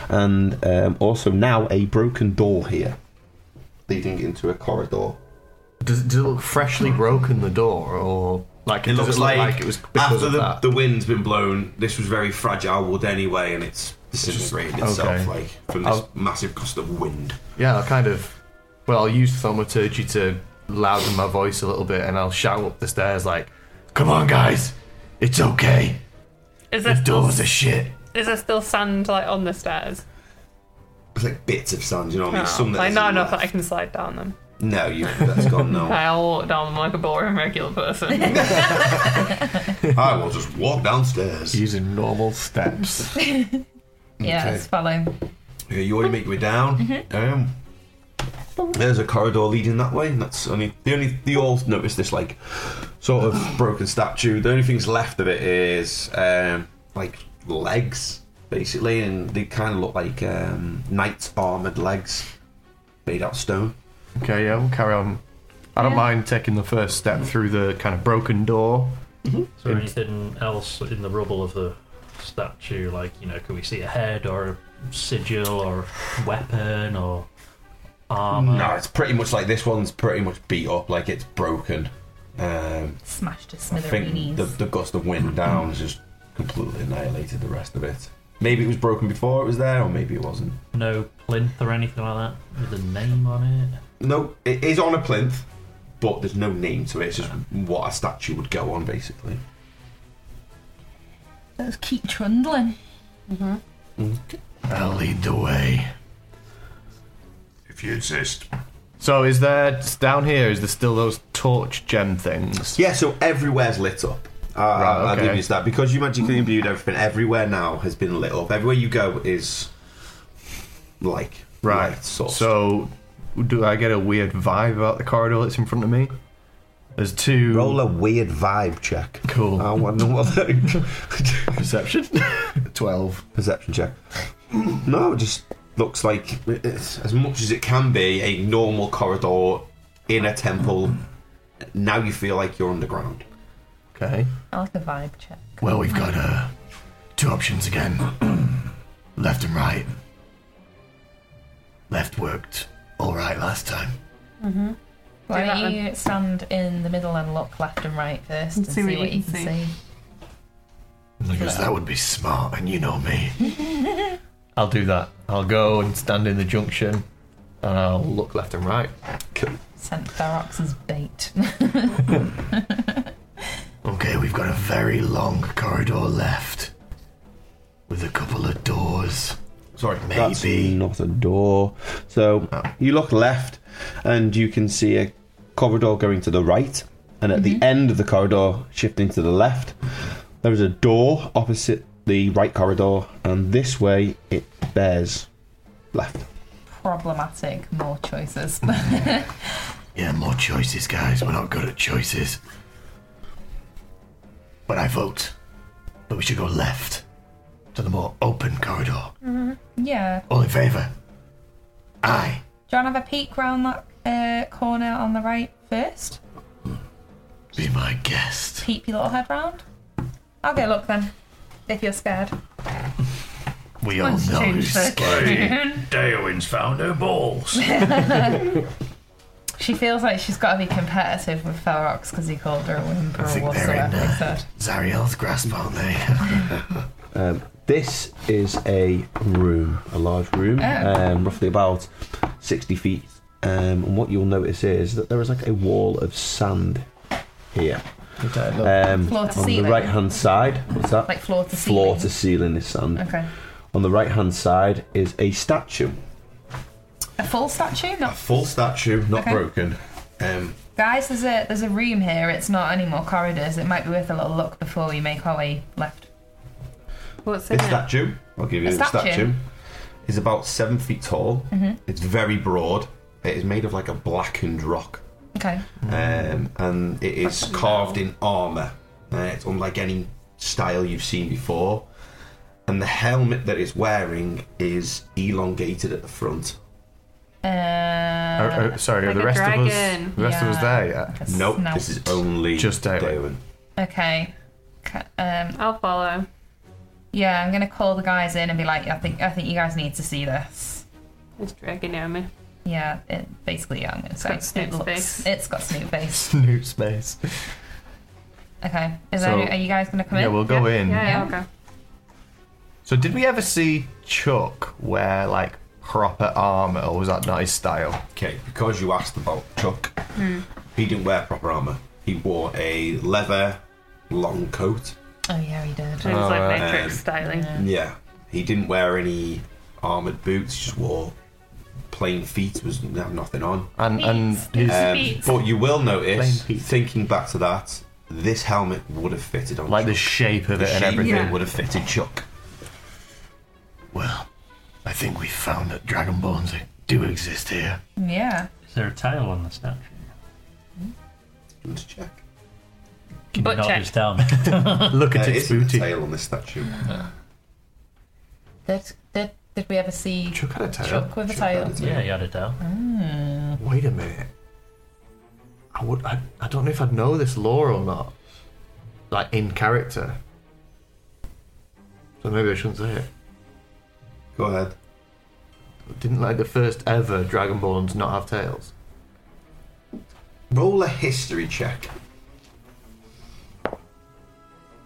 Speaker 5: and um, also now a broken door here, leading into a corridor.
Speaker 8: Does, does it look freshly broken the door, or like it,
Speaker 5: It
Speaker 8: does
Speaker 5: looks
Speaker 8: it look
Speaker 5: like,
Speaker 8: like, it was because
Speaker 5: after
Speaker 8: of
Speaker 5: the,
Speaker 8: that?
Speaker 5: the wind's been blown, this was very fragile wood anyway, and it's disintegrated itself
Speaker 8: okay.
Speaker 5: like from this
Speaker 8: I'll-
Speaker 5: massive gust of wind.
Speaker 8: yeah, I kind of. Well, I'll use thaumaturgy to louden my voice a little bit, and I'll shout up the stairs like, "Come on, guys, it's okay.
Speaker 9: Is
Speaker 8: The
Speaker 9: there, still,
Speaker 8: doors are shit."
Speaker 9: is there still sand like on the stairs?
Speaker 5: It's like bits of sand, you know what I mean?
Speaker 9: Oh,
Speaker 5: Some that
Speaker 9: like not
Speaker 5: isn't
Speaker 9: enough that I
Speaker 5: left.
Speaker 9: can slide down them.
Speaker 5: No, you that's gone. No,
Speaker 2: I'll walk down them like a boring regular person.
Speaker 5: I will just walk downstairs.
Speaker 8: Using normal steps.
Speaker 3: Yeah,
Speaker 5: Okay.
Speaker 3: it's follow.
Speaker 5: Okay, you already make your way down. Um, there's a corridor leading that way. And that's only the only you all notice this like sort of broken statue. The only things left of it is um, like legs, basically, and they kind of look like um, knight's armored legs made out of stone.
Speaker 8: okay, yeah, we'll carry on. I don't mind taking the first step through the kind of broken door.
Speaker 4: Is there anything else in the rubble of the statue? Like, you know, can we see a head or a sigil or weapon or armor?
Speaker 5: No, it's pretty much like this one's pretty much beat up, like it's broken. Um,
Speaker 3: Smashed to
Speaker 5: I think
Speaker 3: smithereens.
Speaker 5: the, the gust of wind down has just completely annihilated the rest of it. Maybe it was broken before it was there, or maybe it wasn't.
Speaker 4: No plinth or anything like that with a name on it.
Speaker 5: No, it is on a plinth, but there's no name to it. It's just what a statue would go on, basically.
Speaker 3: Let's keep trundling.
Speaker 7: I'll lead the way.
Speaker 6: If you insist.
Speaker 8: So is there down here? Is there still those torch gem things?
Speaker 5: Yeah, so everywhere's lit up. Uh,
Speaker 8: Right,
Speaker 5: I'll
Speaker 8: okay.
Speaker 5: give you that because you magically imbued everything. Everywhere now has been lit up. Everywhere you go is like
Speaker 8: Right.
Speaker 5: light source.
Speaker 8: So, do I get a weird vibe about the corridor that's in front of me? There's two
Speaker 5: roll a weird vibe check.
Speaker 8: Cool.
Speaker 5: I want to know what that
Speaker 8: perception. Twelve.
Speaker 5: perception check. No, it just looks like it's, as much as it can be a normal corridor in a temple. Now you feel like you're underground.
Speaker 8: Okay.
Speaker 3: I like a vibe check.
Speaker 7: Well, we've got uh, two options again left and right. Left worked alright last time.
Speaker 3: Why
Speaker 9: Do that
Speaker 3: don't you stand in the middle and look left and right first and see, what you can see?
Speaker 7: Because that would be smart, and you know me.
Speaker 8: I'll do that. I'll go and stand in the junction, and I'll look left and right.
Speaker 3: Sent Ferox's bait.
Speaker 7: Okay, we've got a very long corridor left with a couple of doors.
Speaker 5: Sorry,
Speaker 7: Maybe.
Speaker 5: that's not a door. So you look left, and you can see a corridor going to the right, and at the end of the corridor, shifting to the left, there is a door opposite the right corridor, and this way it bears left.
Speaker 3: Problematic. More choices.
Speaker 7: Yeah, more choices, guys. We're not good at choices. But I vote that we should go left to the more open corridor.
Speaker 2: Mm-hmm.
Speaker 3: yeah.
Speaker 7: All in favour? Aye.
Speaker 3: Do you want to have a peek round that uh, corner on the right first?
Speaker 7: Be my guest.
Speaker 3: Peep your little head round. I'll go look then. If you're scared.
Speaker 7: We all know
Speaker 2: change
Speaker 7: who's
Speaker 2: the-
Speaker 7: scared.
Speaker 6: Deowin's found her balls.
Speaker 9: She feels like she's got to be competitive with Ferox because he called her a wimp or
Speaker 8: I think they're in
Speaker 9: whatsoever he
Speaker 8: uh,
Speaker 9: said.
Speaker 8: Zariel's grasp, aren't they?
Speaker 11: Um, this is a room, a large room,
Speaker 9: Oh.
Speaker 11: um, roughly about 60 feet. Um, and what you'll notice is that there is like a wall of sand here.
Speaker 12: Okay, look.
Speaker 11: Um,
Speaker 9: Floor to
Speaker 11: on the
Speaker 9: ceiling.
Speaker 11: right hand side, what's that?
Speaker 9: Like floor to
Speaker 11: Floor
Speaker 9: ceiling.
Speaker 11: to ceiling is sand.
Speaker 9: Okay.
Speaker 11: On the right hand side is a statue.
Speaker 9: A full statue? Not
Speaker 5: Full statue, not
Speaker 9: Okay.
Speaker 5: broken. Um,
Speaker 9: Guys, there's a there's a room here. It's not any more corridors. It might be worth a little look before we make our way left.
Speaker 2: What's in
Speaker 5: this
Speaker 2: it?
Speaker 5: statue, I'll give you
Speaker 9: A
Speaker 5: the
Speaker 9: statue? Mm-hmm.
Speaker 5: statue. is about seven feet tall. It's very broad. It is made of like a blackened rock,
Speaker 9: Okay.
Speaker 5: um, and it is carved in armor. Uh, it's unlike any style you've seen before. And the helmet that it's wearing is elongated at the front.
Speaker 1: Oh,
Speaker 9: Uh,
Speaker 1: oh, sorry,
Speaker 2: Like
Speaker 1: are the
Speaker 2: a
Speaker 1: rest of
Speaker 2: dragon.
Speaker 1: us, the rest of us there yet?
Speaker 9: like a
Speaker 5: Nope,
Speaker 9: snout.
Speaker 5: this is only
Speaker 1: Just Daewon.
Speaker 9: okay. Ca- Um,
Speaker 2: I'll follow.
Speaker 9: yeah, I'm gonna call the guys in and be like, I think I think you guys need to see this.
Speaker 2: It's dragging at me.
Speaker 9: Yeah, it basically yeah, I'm gonna say
Speaker 2: got Snoop
Speaker 9: it looks,
Speaker 2: face.
Speaker 9: It's got snoot face.
Speaker 1: Snoop space.
Speaker 9: Okay. Is
Speaker 1: So-
Speaker 9: there, are you guys gonna come
Speaker 1: Yeah,
Speaker 9: in?
Speaker 1: we'll go in.
Speaker 2: Yeah, yeah, okay.
Speaker 1: So did we ever see Chuck wear like proper armor, or was that not his style?
Speaker 5: Okay, because you asked about Chuck, he didn't wear proper armor. He wore a leather long coat.
Speaker 9: oh yeah, you did.
Speaker 2: It was like Matrix
Speaker 5: um,
Speaker 2: styling.
Speaker 5: Yeah, he didn't wear any armored boots. He just wore plain feet. Was have nothing on.
Speaker 1: And and his
Speaker 5: Um,
Speaker 2: Feet.
Speaker 5: but you will
Speaker 1: Plain
Speaker 5: notice,
Speaker 1: feet.
Speaker 5: thinking back to that, this helmet would have fitted on.
Speaker 1: like the
Speaker 5: Chuck.
Speaker 1: shape of it and
Speaker 5: shape
Speaker 1: everything.
Speaker 5: would have fitted Chuck.
Speaker 8: Well, I think we found that dragonborns they do exist here.
Speaker 9: Yeah.
Speaker 4: Is there a tail on the statue?
Speaker 5: Do you want to check?
Speaker 4: Can
Speaker 2: Butt
Speaker 4: you not
Speaker 2: check.
Speaker 4: just tell me?
Speaker 1: Look at
Speaker 5: There
Speaker 1: its
Speaker 5: is a
Speaker 1: booty.
Speaker 5: Uh, tail on this statue.
Speaker 9: Did, did, did we ever see Chuck,
Speaker 1: Chuck had a tail.
Speaker 9: with a tail?
Speaker 4: yeah, you had a tail.
Speaker 1: Wait a minute. I would. I, I don't know if I'd know this lore or not. Like in character. So maybe I shouldn't say it.
Speaker 5: Go ahead.
Speaker 1: Didn't like the first ever Dragonborns not have tails.
Speaker 5: Roll a history check.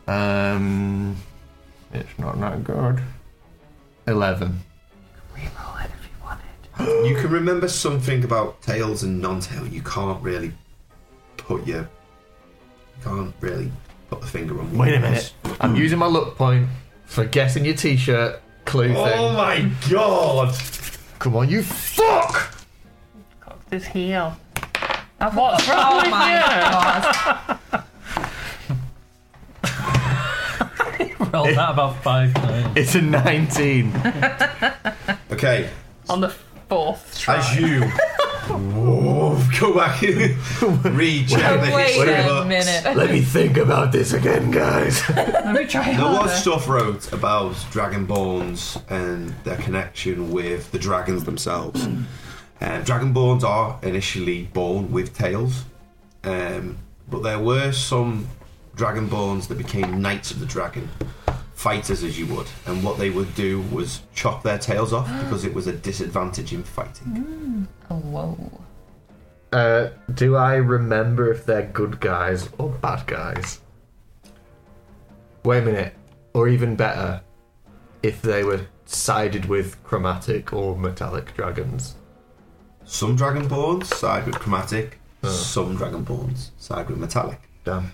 Speaker 1: Um, it's not that good. Eleven.
Speaker 5: You can remember something about tails and non-tail. You can't really put your, you can't really put the finger on.
Speaker 1: Wait a
Speaker 5: what it
Speaker 1: minute.
Speaker 5: is.
Speaker 1: I'm using my luck point for guessing your T-shirt clue
Speaker 5: Oh
Speaker 1: thing.
Speaker 5: my god!
Speaker 1: Come on, you fuck!
Speaker 2: Cocked his heel.
Speaker 9: What's wrong oh my god.
Speaker 4: Rolled that about five times.
Speaker 1: It's a nineteen.
Speaker 5: Okay,
Speaker 2: On the fourth try.
Speaker 5: as you Whoa, go back, recheck the
Speaker 9: Wait
Speaker 5: history
Speaker 9: a
Speaker 5: books.
Speaker 9: minute.
Speaker 8: Let me think about this again, guys.
Speaker 9: Let me try
Speaker 5: There
Speaker 9: harder.
Speaker 5: was stuff wrote about Dragonborns and their connection with the dragons themselves. um, Dragonborns are initially born with tails, um, but there were some Dragonborns that became Knights of the Dragon, fighters as you would, and what they would do was chop their tails off because it was a disadvantage in fighting.
Speaker 9: Oh, whoa.
Speaker 1: Uh, do I remember if they're good guys or bad guys? Wait a minute. Or even better, if they were sided with chromatic or metallic dragons.
Speaker 5: Some Dragonborns side with chromatic, some Dragonborns side with metallic.
Speaker 1: Damn.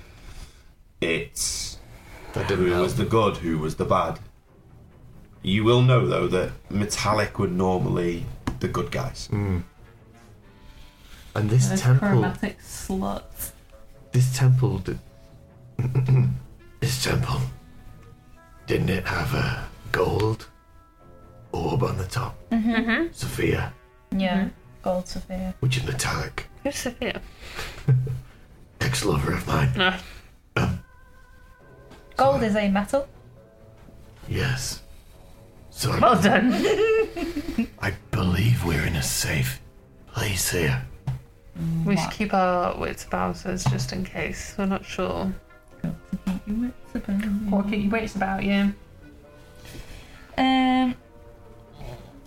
Speaker 5: It's
Speaker 1: That didn't
Speaker 5: who
Speaker 1: help.
Speaker 5: was the good, who was the bad. You will know though that metallic were normally the good guys.
Speaker 7: Mm.
Speaker 1: And this temple,
Speaker 2: Chromatic sluts.
Speaker 1: this temple did.
Speaker 8: This temple. Didn't it have a gold orb on the top? Mm-hmm. Sophia,
Speaker 9: Yeah. Gold Sophia.
Speaker 8: which is metallic.
Speaker 2: Mm-hmm. Who's Sophia? Ah.
Speaker 8: Ex lover of mine. Um,
Speaker 2: No.
Speaker 9: Gold is a metal.
Speaker 8: Yes. So I-
Speaker 2: Well done.
Speaker 8: I believe we're in a safe place here.
Speaker 2: We should keep our wits about us just in case. We're not sure.
Speaker 13: Or keep your wits about you.
Speaker 9: Um,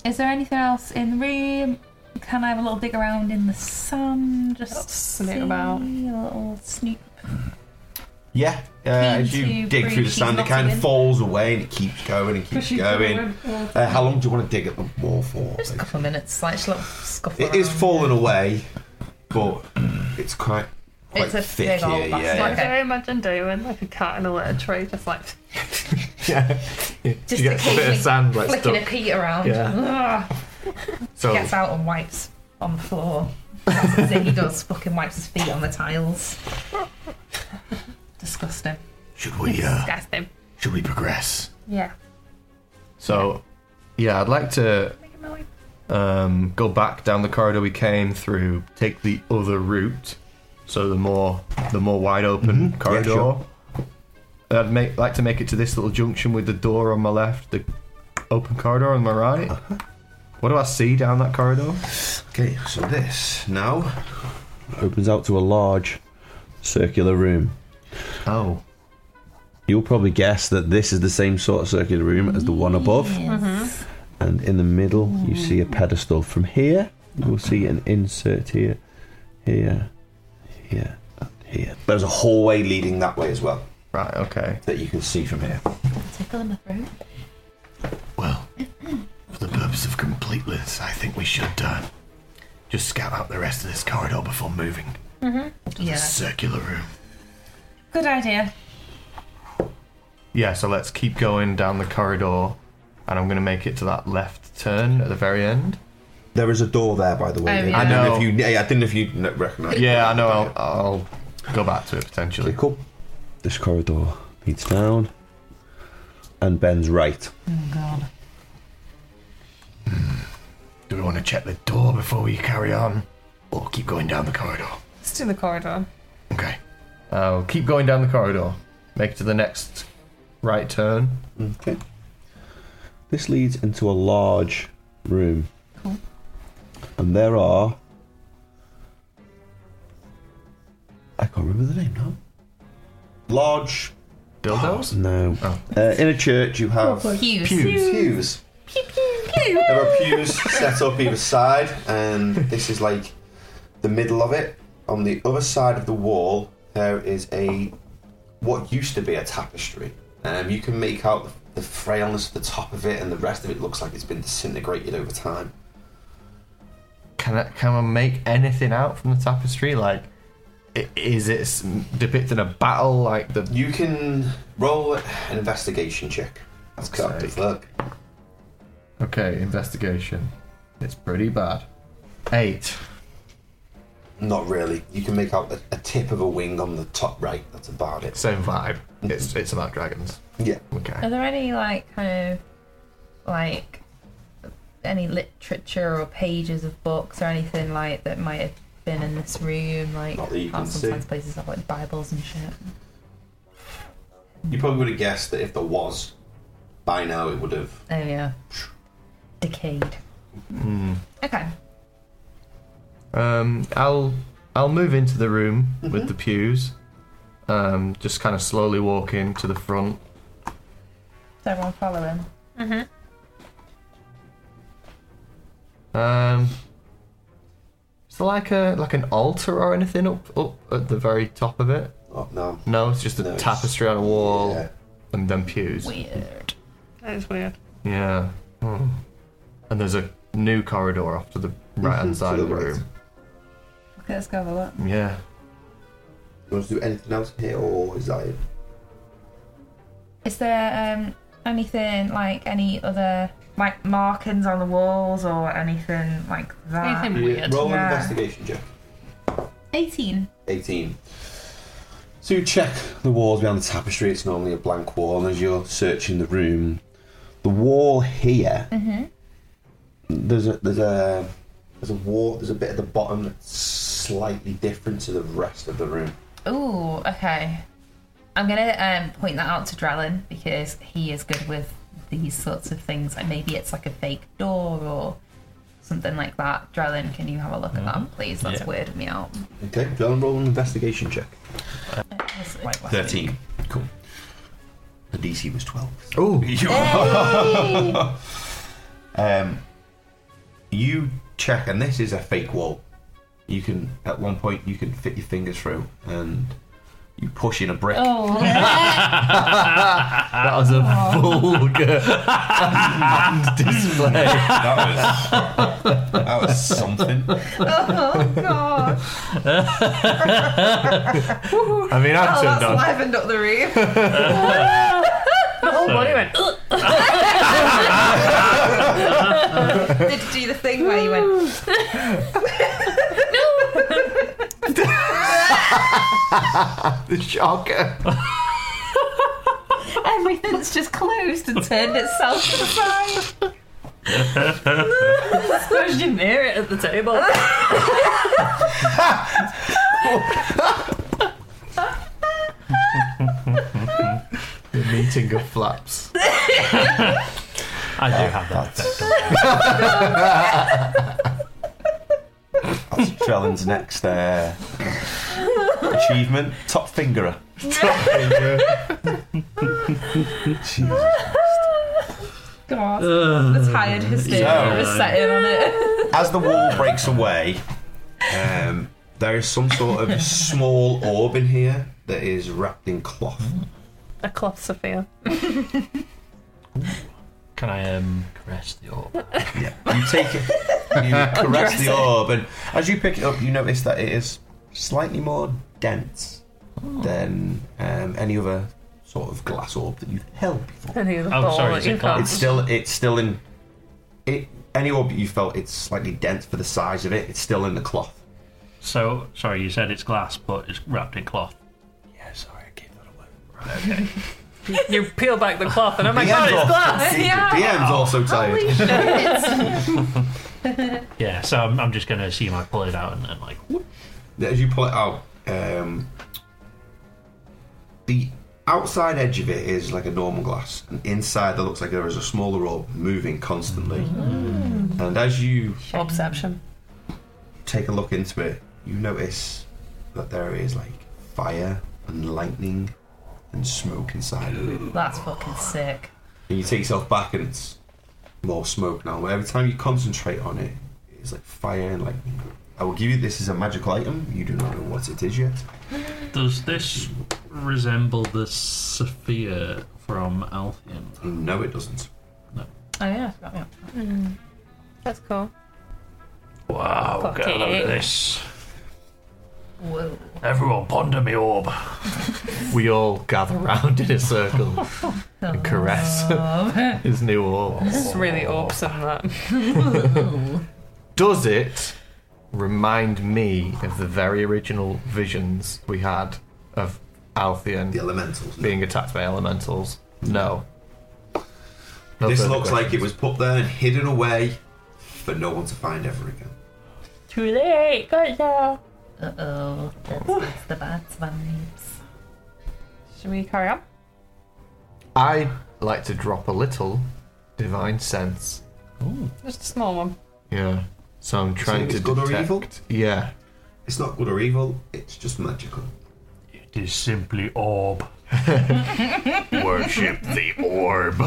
Speaker 9: is there anything else in the room?
Speaker 3: Can I have a little dig around in the sand? Just
Speaker 9: snoot
Speaker 3: see
Speaker 9: about.
Speaker 3: A little snoop.
Speaker 5: Yeah. Uh, as
Speaker 3: Keen
Speaker 5: you
Speaker 3: to
Speaker 5: dig through the
Speaker 3: breathe,
Speaker 5: sand,
Speaker 3: she's
Speaker 5: it kind of
Speaker 3: not
Speaker 5: falls away and it keeps going and keeps going. Uh, how long do you want to dig at the wall for?
Speaker 3: Just a couple of minutes, like just a little scuffle.
Speaker 5: It is
Speaker 3: around.
Speaker 5: falling away, but it's quite quite
Speaker 3: It's a
Speaker 5: thick
Speaker 3: big
Speaker 5: here.
Speaker 3: old
Speaker 5: yeah,
Speaker 3: bastard.
Speaker 9: Like
Speaker 5: yeah.
Speaker 3: Okay.
Speaker 9: I imagine doing like a cat in a litter tray, just like
Speaker 8: Yeah.
Speaker 3: Just
Speaker 8: you get a bit
Speaker 3: occasionally
Speaker 8: of sand like
Speaker 3: flicking
Speaker 8: stuck.
Speaker 3: a peat around.
Speaker 8: Yeah.
Speaker 3: Ugh.
Speaker 8: So
Speaker 4: Oh.
Speaker 3: Gets out and wipes on the floor. That's the thing he does. Fucking wipes his feet on the tiles. Disgusting.
Speaker 7: Should we, uh,
Speaker 9: disgusting.
Speaker 7: should we progress?
Speaker 9: Yeah.
Speaker 8: so yeah, I'd like to um, go back down the corridor we came through, take the other route, so the more the more wide
Speaker 7: Mm-hmm.
Speaker 8: open corridor.
Speaker 5: sure.
Speaker 8: I'd make, like to make it to this little junction with the door on my left, the open corridor on my right.
Speaker 7: Uh-huh.
Speaker 8: What do I see down that corridor?
Speaker 5: Okay, so this now.
Speaker 14: Opens out to a large circular room.
Speaker 8: Oh,
Speaker 14: You'll probably guess that this is the same sort of circular room as the one above.
Speaker 7: Mm-hmm.
Speaker 14: And in the middle, you
Speaker 3: Mm.
Speaker 14: see a pedestal. From here, you will see an insert here, here, here, and here.
Speaker 5: There's a hallway leading that way as well
Speaker 8: right, okay.
Speaker 5: that you can see from here.
Speaker 3: Tickle in my throat.
Speaker 7: Well, for the purpose of completeness, I think we should, uh, just scout out the rest of this corridor before moving.
Speaker 3: Yeah.
Speaker 7: Circular room.
Speaker 3: Good idea.
Speaker 8: Yeah, so let's keep going down the corridor, and I'm gonna make it to that left turn at the very end.
Speaker 5: There is a door there, by the way.
Speaker 3: Oh, yeah.
Speaker 5: I don't know
Speaker 8: I
Speaker 5: if
Speaker 8: know.
Speaker 5: you. Yeah, I didn't know if you recognise.
Speaker 8: Yeah, I know. I'll, I'll go back to it potentially.
Speaker 14: Okay, cool. This corridor leads down and bends right.
Speaker 7: Do we want to check the door before we carry on? Or keep going down the corridor?
Speaker 9: It's in the corridor.
Speaker 7: Okay.
Speaker 8: I'll Uh, keep going down the corridor, make it to the next right turn.
Speaker 14: Okay. This leads into a large room. And there are. I can't remember the name now.
Speaker 5: Large
Speaker 8: Dildos?
Speaker 14: No.
Speaker 7: Oh.
Speaker 14: Uh, in a church, you have
Speaker 3: Huge.
Speaker 8: Pews.
Speaker 5: pews. There are pews set up either side, and this is like the middle of it. On the other side of the wall, there is a what used to be a tapestry. Um, you can make out the, the frailness of the top of it, and the rest of it looks like it's been disintegrated over time.
Speaker 8: Can I, can I make anything out from the tapestry? Like, i- is it s- depicting a battle? Like the
Speaker 5: You can roll an investigation check. That's
Speaker 8: Fuck's
Speaker 5: got
Speaker 8: sake.
Speaker 5: to look.
Speaker 8: okay investigation? It's pretty bad. Eight.
Speaker 5: Not really. You can make out a, a tip of a wing on the top right. That's about it.
Speaker 8: Same vibe. It's it's about dragons.
Speaker 5: Yeah.
Speaker 8: Okay.
Speaker 3: Are there any like kind of like any literature or pages of books or anything like that might have been in this room? Like
Speaker 5: Not that you
Speaker 3: how
Speaker 5: can see.
Speaker 3: sometimes places have like Bibles and shit.
Speaker 5: You probably would have guessed that if there was, by now it would have.
Speaker 3: Oh yeah, decayed.
Speaker 4: Hmm.
Speaker 3: Okay.
Speaker 8: Um, I'll I'll move into the room with the pews. Um, just kind of slowly walk in to the front.
Speaker 3: Does everyone follow him?
Speaker 8: Um, is there like a like an altar or anything up up at the very top of it?
Speaker 5: Oh, no.
Speaker 8: No, it's just a
Speaker 5: No, it's-
Speaker 8: tapestry on a wall
Speaker 5: Yeah.
Speaker 8: and then pews.
Speaker 3: Weird.
Speaker 9: That is weird.
Speaker 8: Yeah. Hmm. And there's a new corridor off to the right hand side
Speaker 5: to
Speaker 8: of the
Speaker 5: the right.
Speaker 8: room.
Speaker 3: Okay, let's go have a look.
Speaker 8: Yeah.
Speaker 5: You want to do anything else here, or is that it?
Speaker 3: Is there um anything like any other like markings on the walls or anything like that?
Speaker 4: Ah.
Speaker 9: Anything weird.
Speaker 5: Roll an
Speaker 3: Yeah.
Speaker 5: investigation check.
Speaker 3: Eighteen.
Speaker 5: 18. So you check the walls behind the tapestry, it's normally a blank wall, and as you're searching the room, the wall here, there's a there's a there's a wall there's a bit at the bottom that's slightly different to the rest of the room.
Speaker 3: Ooh, okay. I'm gonna um, point that out to Drellin because he is good with these sorts of things. Like maybe it's like a fake door or something like that. Drellin, can you have a look at
Speaker 5: Mm-hmm.
Speaker 3: that, please? That's
Speaker 4: Yeah.
Speaker 3: weirded me out.
Speaker 5: Okay, go and roll an investigation check.
Speaker 3: It was like last week.
Speaker 5: Thirteen. Cool. The DC was twelve.
Speaker 8: Oh.
Speaker 5: You um, you check, and this is a fake wall. You can, at one point, you can fit your fingers through, and you push in a brick.
Speaker 3: Oh,
Speaker 8: That was a vulgar hand display.
Speaker 5: That was that was something.
Speaker 3: oh god!
Speaker 8: I mean, I'm
Speaker 3: Oh,
Speaker 8: turned
Speaker 3: that's
Speaker 8: on.
Speaker 3: livened up the room.
Speaker 9: The whole body went.
Speaker 3: Did you do the thing where you went?
Speaker 8: The shocker.
Speaker 3: Everything's just closed and turned itself to the side.
Speaker 2: Suppose you near it at the table.
Speaker 8: The meeting of flaps.
Speaker 4: I do have that.
Speaker 5: That's Trelin's next uh, achievement. Top fingerer.
Speaker 3: God, the tired hysteria
Speaker 5: So-
Speaker 3: was set in on it.
Speaker 5: As the wall breaks away, um, there is some sort of small orb in here that is wrapped in cloth.
Speaker 9: A cloth Sophia.
Speaker 4: Can I um, caress the orb?
Speaker 5: You take it, you caress the orb, and as you pick it up, you notice that it is slightly more dense Oh. than um, any other sort of glass orb that you've held before.
Speaker 9: Any other
Speaker 4: Oh,
Speaker 9: ball
Speaker 4: sorry,
Speaker 9: that
Speaker 4: is it
Speaker 9: you've got.
Speaker 5: It's still, it's still in. It, any orb that you felt, it's slightly dense for the size of it. It's still in the cloth.
Speaker 4: So, sorry, you said it's glass, but it's wrapped in cloth.
Speaker 5: Yeah, sorry, I gave that away.
Speaker 2: you peel back the cloth, and I'm like,
Speaker 5: The end's also-
Speaker 3: Yeah.
Speaker 5: The end's also tired.
Speaker 4: Yeah, so I'm, I'm just going to assume I pull it out and then, like, whoop.
Speaker 5: as you pull it out, um, the outside edge of it is like a normal glass, and inside there looks like there is a smaller orb moving constantly. And as you
Speaker 9: Obsession.
Speaker 5: take a look into it, you notice that there is like fire and lightning and smoke inside of it.
Speaker 3: That's fucking sick.
Speaker 5: And you take yourself back, and it's more smoke now. But every time you concentrate on it, it's like fire and lightning. I will give you this as a magical item. You do not know what it is yet.
Speaker 4: Does this resemble the Sophia from Alphian?
Speaker 5: No, it doesn't.
Speaker 3: Oh yeah, I forgot that.
Speaker 9: That's cool.
Speaker 6: Wow,
Speaker 9: Fuck
Speaker 6: get a load
Speaker 9: it.
Speaker 6: of this.
Speaker 3: Whoa.
Speaker 6: Everyone ponder me orb.
Speaker 8: We all gather round in a circle and caress his new orb.
Speaker 9: It's really awesome that.
Speaker 8: Does it remind me of the very original visions we had of
Speaker 5: The
Speaker 8: Altheon
Speaker 5: elementals.
Speaker 8: being attacked by elementals? No. No
Speaker 5: This
Speaker 8: further
Speaker 5: looks like it
Speaker 8: questions.
Speaker 5: was put there and hidden away for no one to find ever again.
Speaker 9: Too late, got now.
Speaker 3: Uh oh, that's the bad vibes.
Speaker 9: Should we carry on?
Speaker 8: I like to drop a little divine sense.
Speaker 9: Just a small one.
Speaker 8: Yeah. So I'm trying
Speaker 5: it's
Speaker 8: to
Speaker 5: good or
Speaker 8: detect.
Speaker 5: evil?
Speaker 8: Yeah.
Speaker 5: It's not good or evil, it's just magical.
Speaker 6: It is simply orb.
Speaker 7: Worship the orb.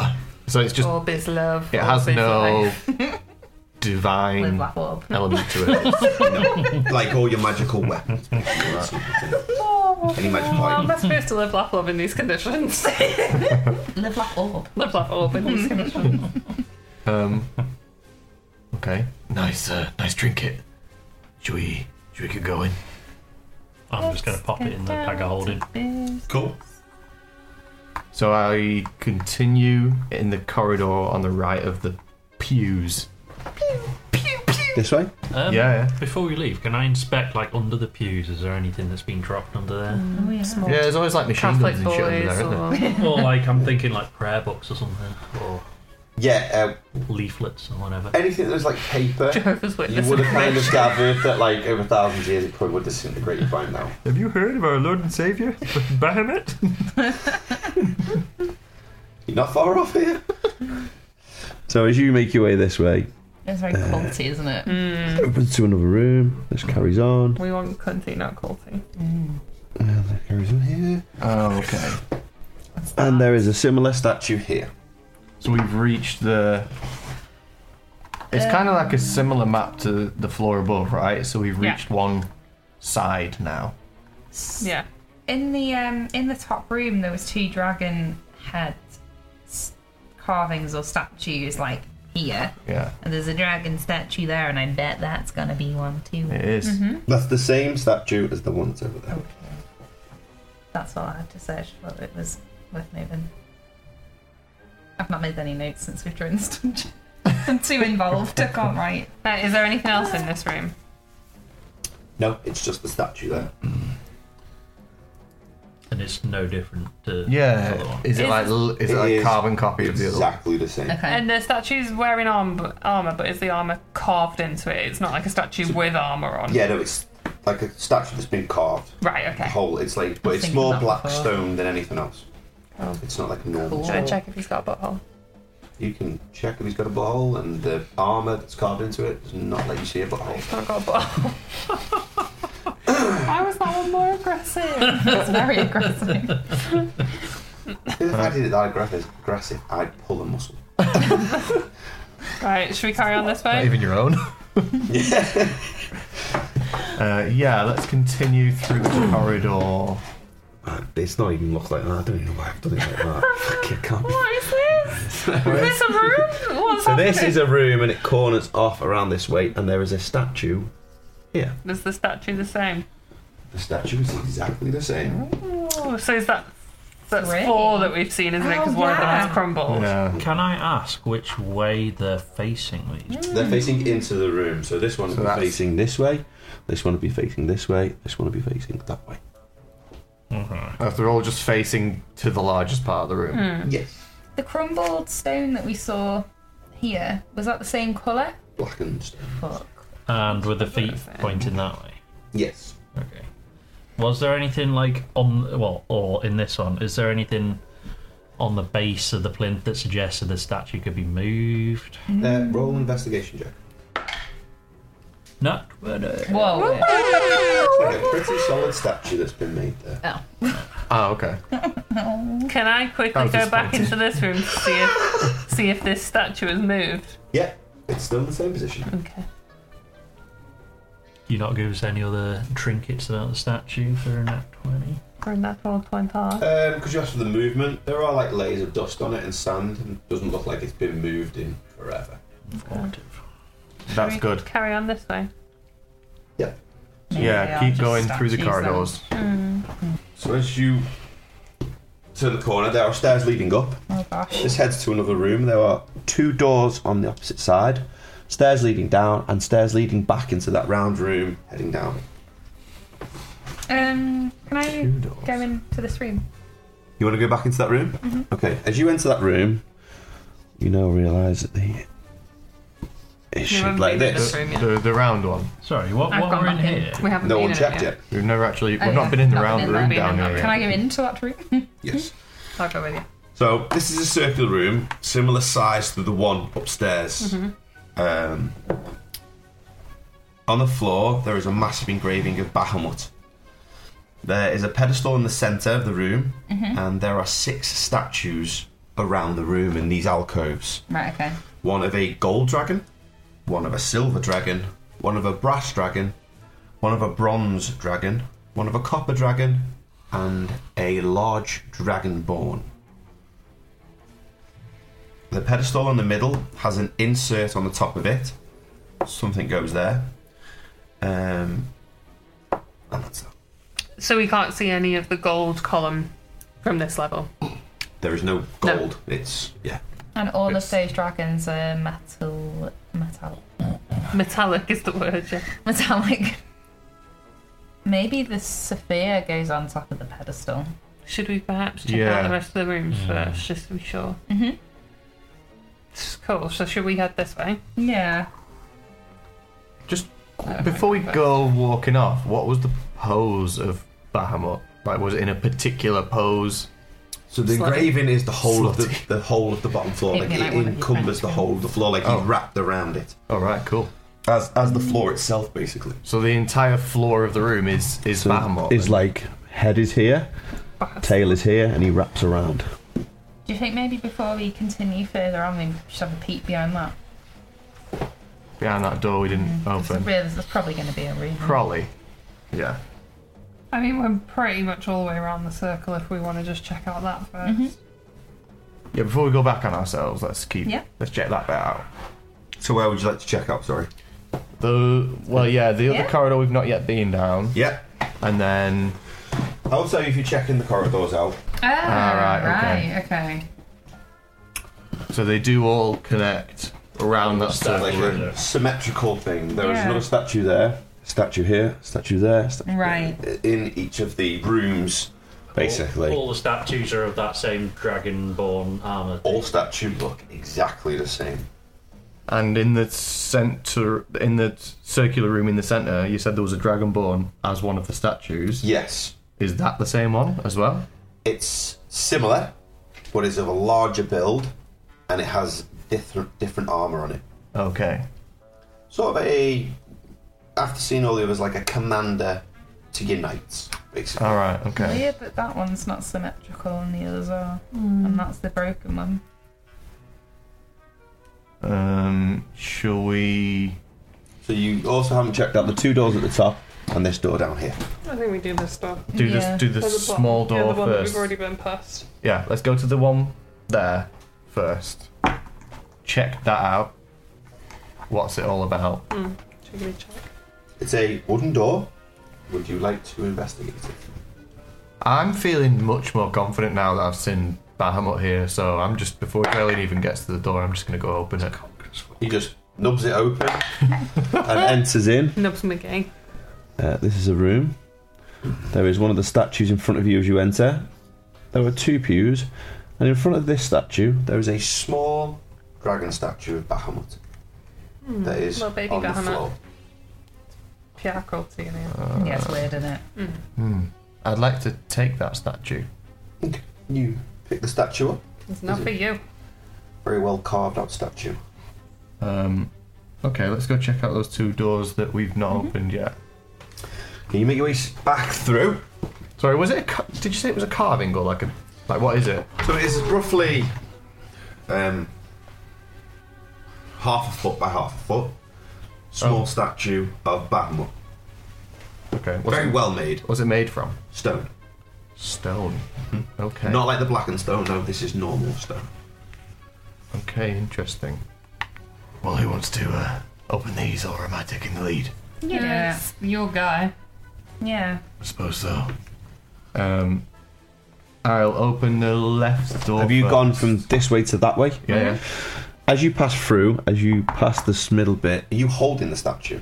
Speaker 8: So it's just
Speaker 9: Orb is love.
Speaker 8: it
Speaker 9: orb
Speaker 8: has
Speaker 9: is
Speaker 8: no
Speaker 9: life.
Speaker 3: Live,
Speaker 8: divine
Speaker 3: laugh, love.
Speaker 8: element to it.
Speaker 5: like all your magical weapons. basically, that sort of thing. Any magical
Speaker 9: Well,
Speaker 5: item.
Speaker 9: best move to live, laugh, love in these conditions.
Speaker 3: Live, laugh, orb.
Speaker 9: live, laugh, love in these conditions.
Speaker 8: Um. Okay.
Speaker 7: Nice, uh, nice trinket. Should we, should we get going?
Speaker 4: I'm just going to pop it in the bag I hold in.
Speaker 5: Cool.
Speaker 8: So I continue in the corridor on the right of the pews.
Speaker 5: This way?
Speaker 4: Um,
Speaker 8: Yeah, yeah.
Speaker 4: Before we leave, can I inspect, like, under the pews? Is there anything that's been dropped under there?
Speaker 3: Oh yeah.
Speaker 9: Small.
Speaker 8: Yeah, there's always like machine guns
Speaker 9: Catholic
Speaker 8: and shit under
Speaker 9: boys
Speaker 8: there, isn't it?
Speaker 9: or
Speaker 4: or, like, I'm thinking, like, prayer books or something, or
Speaker 5: Yeah,
Speaker 4: leaflets or whatever.
Speaker 5: uh, anything that was like paper,
Speaker 9: Jehovah's
Speaker 5: you
Speaker 9: Witness.
Speaker 5: would have kind of gathered that like over thousands of years it probably would disintegrate by now.
Speaker 8: Have you heard of our Lord and Savior, Bahamut?
Speaker 5: You're not far off here. so as you make your way this way,
Speaker 3: It's very culty, isn't it?
Speaker 14: Opens to another room. This carries on.
Speaker 9: We want cunty, not culty.
Speaker 14: Carries on here.
Speaker 8: Oh, okay.
Speaker 14: And there is a similar.
Speaker 5: statue here.
Speaker 8: So we've reached the It's kind of like a similar map to the floor above, right? So we've
Speaker 2: Yeah.
Speaker 8: reached one side now.
Speaker 2: Yeah.
Speaker 3: In the um, in the top room, there was two dragon head s- carvings or statues, like here,
Speaker 8: Yeah,
Speaker 3: and there's a dragon statue there, and I bet that's gonna be one too.
Speaker 8: it is.
Speaker 9: Mm-hmm.
Speaker 5: That's the same statue as the ones over there.
Speaker 3: That's all I had to search for. It was worth moving. I've not made any notes since we've joined this dungeon. I'm too involved. I can't write.
Speaker 2: Uh, is there anything else in this room?
Speaker 5: No, it's just the statue there.
Speaker 4: and it's no different to the other
Speaker 8: Yeah,
Speaker 4: one.
Speaker 8: uh, is it
Speaker 2: Is-
Speaker 8: like l- is it
Speaker 5: It
Speaker 8: like
Speaker 5: is
Speaker 8: carbon copy of the other? one?
Speaker 5: Exactly the same.
Speaker 3: Okay.
Speaker 2: And the statue's wearing arm- armor, but is the armor carved into it? It's not like a statue with armor on.
Speaker 5: Yeah, no, it's like a statue that's been carved.
Speaker 2: Right.
Speaker 5: The
Speaker 2: Okay.
Speaker 5: whole, it's like, but it's
Speaker 3: Thinking
Speaker 5: more
Speaker 3: about
Speaker 5: black
Speaker 3: before.
Speaker 5: stone than anything else. It's not like a normal.
Speaker 3: Cool.
Speaker 9: Should I check if he's got a butthole?
Speaker 5: You can check if he's got a butthole, and the armour that's carved into it does not let you see a butthole.
Speaker 9: Not got a butthole.
Speaker 2: Why was that one more aggressive?
Speaker 3: That's very aggressive.
Speaker 5: if I did it that aggressive, aggressive, I'd pull a muscle.
Speaker 2: right. Should we carry on this
Speaker 8: Not
Speaker 2: way?
Speaker 8: even your own. uh, yeah, let's continue through the corridor.
Speaker 14: Uh, It's not even look like that. I don't even know why I've done it like that. Fuck, it can't be.
Speaker 2: What is this? is this a room? What's
Speaker 14: So
Speaker 2: happening?
Speaker 14: this is a room and it corners off around this way, and there is a statue. Yeah,
Speaker 2: Is the statue the same?
Speaker 5: The statue is exactly the same.
Speaker 2: Ooh, Oh, so is that that's
Speaker 3: Three.
Speaker 2: four that we've seen, isn't it? Because
Speaker 3: Oh,
Speaker 2: one of them
Speaker 3: yeah.
Speaker 2: has crumbled.
Speaker 8: Yeah.
Speaker 4: Can I ask which way they're facing these?
Speaker 5: They're facing into the room, so this one
Speaker 8: So
Speaker 5: will be
Speaker 8: that's-
Speaker 14: facing
Speaker 5: facing.
Speaker 14: this way. This one would be facing this way. This one would be facing that way.
Speaker 8: If they're all just facing to the largest part of the room.
Speaker 9: Hmm.
Speaker 5: Yes.
Speaker 3: Mm. The crumbled stone that we saw here was that the same colour?
Speaker 5: Blackened stone.
Speaker 3: Fuck.
Speaker 4: And with the feet pointing that way.
Speaker 5: Yes.
Speaker 4: Okay. Was there anything like on well, or in this one, is there anything on the base of the plinth that suggested the statue could be moved?
Speaker 3: Mm.
Speaker 5: Uh, roll investigation check.
Speaker 4: No. but, uh,
Speaker 3: Whoa. Oh,
Speaker 5: It's like a pretty solid statue that's been made there.
Speaker 8: Oh, okay.
Speaker 2: Can I quickly
Speaker 8: I'm
Speaker 2: go back
Speaker 8: disappointed.
Speaker 2: into this room to see if see if this statue has moved?
Speaker 5: Yeah, it's still in the same position.
Speaker 2: Okay.
Speaker 4: Do you not give us any other trinkets about the statue for an act twenty?
Speaker 2: For a natural twenty.
Speaker 5: Because Um, you asked for the movement, there are like layers of dust on it and sand, and it doesn't look like it's been moved in forever.
Speaker 4: Informative.
Speaker 8: That's good.
Speaker 2: Carry on this way.
Speaker 5: Yeah.
Speaker 9: uh,
Speaker 8: Yeah, keep going through the corridors.
Speaker 5: So as you turn the corner, there are stairs leading up.
Speaker 3: Oh gosh.
Speaker 5: This heads to another room. There are two doors on the opposite side, stairs leading down, and stairs leading back into that round room, heading down.
Speaker 3: Um, can I
Speaker 8: Two doors.
Speaker 3: go into this room?
Speaker 5: You want to go back into that room? Okay. As you enter that room, you now realise that the it should
Speaker 2: haven't
Speaker 5: like
Speaker 2: been in
Speaker 5: this.
Speaker 2: room yet.
Speaker 8: The, the round one.
Speaker 4: Sorry, what
Speaker 2: I've
Speaker 4: what
Speaker 2: gone
Speaker 4: we're in
Speaker 2: back in.
Speaker 4: here?
Speaker 2: We haven't
Speaker 5: No
Speaker 2: been
Speaker 5: one
Speaker 2: in it
Speaker 5: checked
Speaker 2: yet.
Speaker 5: yet.
Speaker 8: We've never actually. We've
Speaker 3: Oh,
Speaker 8: not
Speaker 3: yeah.
Speaker 8: been in the
Speaker 3: Not been
Speaker 8: round
Speaker 3: in
Speaker 8: room
Speaker 2: that.
Speaker 8: down
Speaker 2: Been in
Speaker 8: here.
Speaker 2: that.
Speaker 3: Can
Speaker 8: yet.
Speaker 3: I go into that room?
Speaker 5: Yes.
Speaker 2: I'll go with you.
Speaker 5: So this is a circular room, similar size to the one upstairs.
Speaker 3: Mm-hmm.
Speaker 5: Um, on the floor, there is a massive engraving of Bahamut. There is a pedestal in the centre of the room,
Speaker 3: Mm-hmm.
Speaker 5: and there are six statues around the room in these alcoves.
Speaker 3: Right. Okay.
Speaker 5: One of a gold dragon, one of a silver dragon, one of a brass dragon, one of a bronze dragon, one of a copper dragon, and a large dragonborn. The pedestal in the middle has an insert on the top of it. Something goes there. Um, and that's that.
Speaker 9: So we can't see any of the gold column from this level.
Speaker 5: There is no
Speaker 9: No.
Speaker 5: gold. It's yeah.
Speaker 3: And all
Speaker 5: It's-
Speaker 3: of those dragons are metal, metal,
Speaker 9: Metallic is the word, yeah.
Speaker 3: metallic. Maybe the sphere goes on top of the pedestal.
Speaker 9: Should we perhaps check out
Speaker 8: Yeah.
Speaker 9: the rest of the rooms first, just to be sure?
Speaker 3: Mhm.
Speaker 9: It's Cool. So should we head this way?
Speaker 3: Yeah.
Speaker 8: Just before we go walking off, what was the pose of Bahamut? Like, was it in a particular pose?
Speaker 5: So the
Speaker 9: Slutty.
Speaker 5: engraving is the whole of the, the whole of the bottom floor.
Speaker 3: Hit
Speaker 5: Like
Speaker 3: me like
Speaker 5: it
Speaker 3: one of your
Speaker 5: encumbers
Speaker 3: French
Speaker 5: the whole of the floor. Like
Speaker 8: Oh.
Speaker 5: it's wrapped around it.
Speaker 8: All right, cool.
Speaker 5: as as the floor itself, basically.
Speaker 8: So the entire floor of the room is is Bahamut.
Speaker 14: Is like head is here, tail is here, and he wraps around.
Speaker 3: Do you think maybe before we continue further on, we should have a peek behind that?
Speaker 8: behind that door we didn't oh,
Speaker 3: There's,
Speaker 8: open.
Speaker 3: there's probably going to be a room.
Speaker 8: Probably. Yeah.
Speaker 9: I mean, we're pretty much all the way around the circle if we want to just check out that 1st
Speaker 8: Yeah, before we go back on ourselves, let's keep
Speaker 3: Yeah.
Speaker 8: let's check that bit out.
Speaker 5: So where would you like to check out? Sorry.
Speaker 8: The well yeah, the
Speaker 3: Yeah.
Speaker 8: other corridor we've not yet been down.
Speaker 5: Yeah.
Speaker 8: And then
Speaker 5: I'll tell you if you're checking the corridors out.
Speaker 3: Ah,
Speaker 8: right, okay.
Speaker 3: right, okay.
Speaker 8: so they do all connect around that
Speaker 5: That's like
Speaker 8: circle.
Speaker 5: a symmetrical thing. There is
Speaker 3: Yeah.
Speaker 5: another statue there, statue here, statue there, statue
Speaker 3: Right.
Speaker 5: in each of the rooms, basically.
Speaker 4: All,
Speaker 5: All,
Speaker 4: the statues are of that same dragonborn armor.
Speaker 5: statues look exactly the same.
Speaker 8: And in the center in the circular room in the center, you said there was a dragonborn as one of the statues.
Speaker 5: Yes,
Speaker 8: Is that the same one as well?
Speaker 5: it's similar, but it's of a larger build, and it has different different armor on it.
Speaker 8: Okay.
Speaker 5: Sort of a after seeing all the others, like a commander to your knights, basically.
Speaker 8: All right. Okay.
Speaker 3: Weird that that one's not symmetrical and the others are, and that's the broken one.
Speaker 8: Um, shall we?
Speaker 5: So you also haven't checked out the two doors at the top and this door down here.
Speaker 9: I think we do this stuff.
Speaker 8: Do
Speaker 3: Yeah.
Speaker 8: this. Do the,
Speaker 9: Or bottom-
Speaker 8: small
Speaker 9: yeah,
Speaker 8: door
Speaker 9: the one that
Speaker 8: first.
Speaker 9: We've already been past.
Speaker 8: Yeah. Let's go to the one there first. Check that out. What's it all about?
Speaker 9: Checkity check.
Speaker 5: It's a wooden door. Would you like to investigate it?
Speaker 8: I'm feeling much more confident now that I've seen Bahamut here. So I'm just before Kaelin even gets to the door, I'm just gonna go open it.
Speaker 5: He just nubs it open and enters in.
Speaker 9: Nubs McGay.
Speaker 14: Uh, this is a room. There is one of the statues in front of you as you enter. There are two pews, and in front of this statue, there is a.
Speaker 5: A small dragon statue of Bahamut that is
Speaker 9: Hmm, Little baby
Speaker 5: on the
Speaker 9: Bahamut.
Speaker 5: floor.
Speaker 9: PR cruelty in here.
Speaker 3: yeah, it's weird, isn't it?
Speaker 8: I'd like to take that statue.
Speaker 5: You pick the statue up.
Speaker 9: It's not
Speaker 5: Is it-
Speaker 9: for you.
Speaker 5: Very well carved out statue.
Speaker 8: Um, okay. Let's go check out those two doors that we've not opened yet.
Speaker 5: Can you make your way s- back through?
Speaker 8: Sorry, was it? A, ca- did you say it was a carving or like a like what is it?
Speaker 5: So it is roughly um, half a foot by half a foot. Small
Speaker 8: Oh.
Speaker 5: statue of Bahamut.
Speaker 8: Okay. What's
Speaker 5: Very
Speaker 8: it,
Speaker 5: well made.
Speaker 8: What's it made from?
Speaker 5: Stone.
Speaker 8: Stone. Okay.
Speaker 5: Not like the blackened stone, no, this is normal stone.
Speaker 8: Okay. Interesting.
Speaker 7: Well, who wants to uh, open these, or am I taking the lead?
Speaker 9: Yes. Your guy.
Speaker 3: Yeah.
Speaker 7: I suppose so.
Speaker 8: Um, I'll open the left door.
Speaker 14: Have you
Speaker 8: first.
Speaker 14: gone from this way to that way?
Speaker 8: Yeah. yeah.
Speaker 14: As you pass through, as you pass this middle bit,
Speaker 5: Are you holding the statue?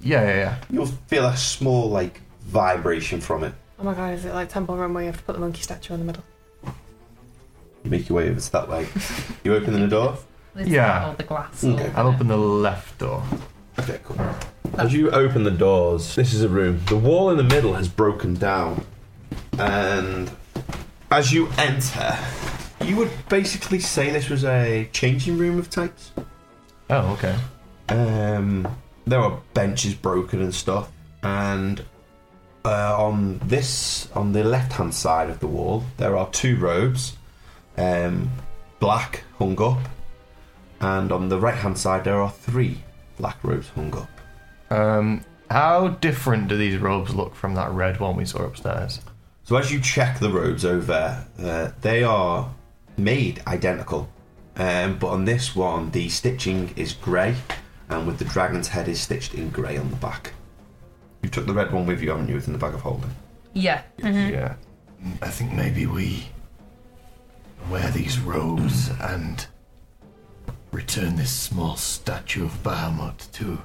Speaker 8: Yeah. Yeah. yeah.
Speaker 5: You'll feel a small, like, vibration from it.
Speaker 9: Oh my god, is it like Temple Run where you have to put the monkey statue in the middle?
Speaker 5: You make your way over to that way. You open the door.
Speaker 3: It's
Speaker 8: Yeah.
Speaker 3: All the glass.
Speaker 5: Okay.
Speaker 3: all
Speaker 8: I'll
Speaker 3: the-
Speaker 8: open the left door.
Speaker 5: Okay, cool.
Speaker 14: as you open the doors,
Speaker 5: This is a room. The wall in the middle has broken down. And as you enter, you would basically say this was a changing room of types.
Speaker 8: Oh, okay.
Speaker 5: Um, there were benches broken and stuff, and uh, on this, on the left-hand side of the wall, there are two robes, um, black hung up, and on the right-hand side there are three black robes hung up.
Speaker 8: Um, how different do these robes look from that red one we saw upstairs?
Speaker 5: So as you check the robes over, uh, they are made identical, um, but on this one the stitching is grey, and with the dragon's head is stitched in grey on the back. You took the red one with you, haven't you? It's in the bag of holding.
Speaker 3: Yeah.
Speaker 8: Yeah.
Speaker 7: I think maybe we wear these robes and return this small statue of Bahamut to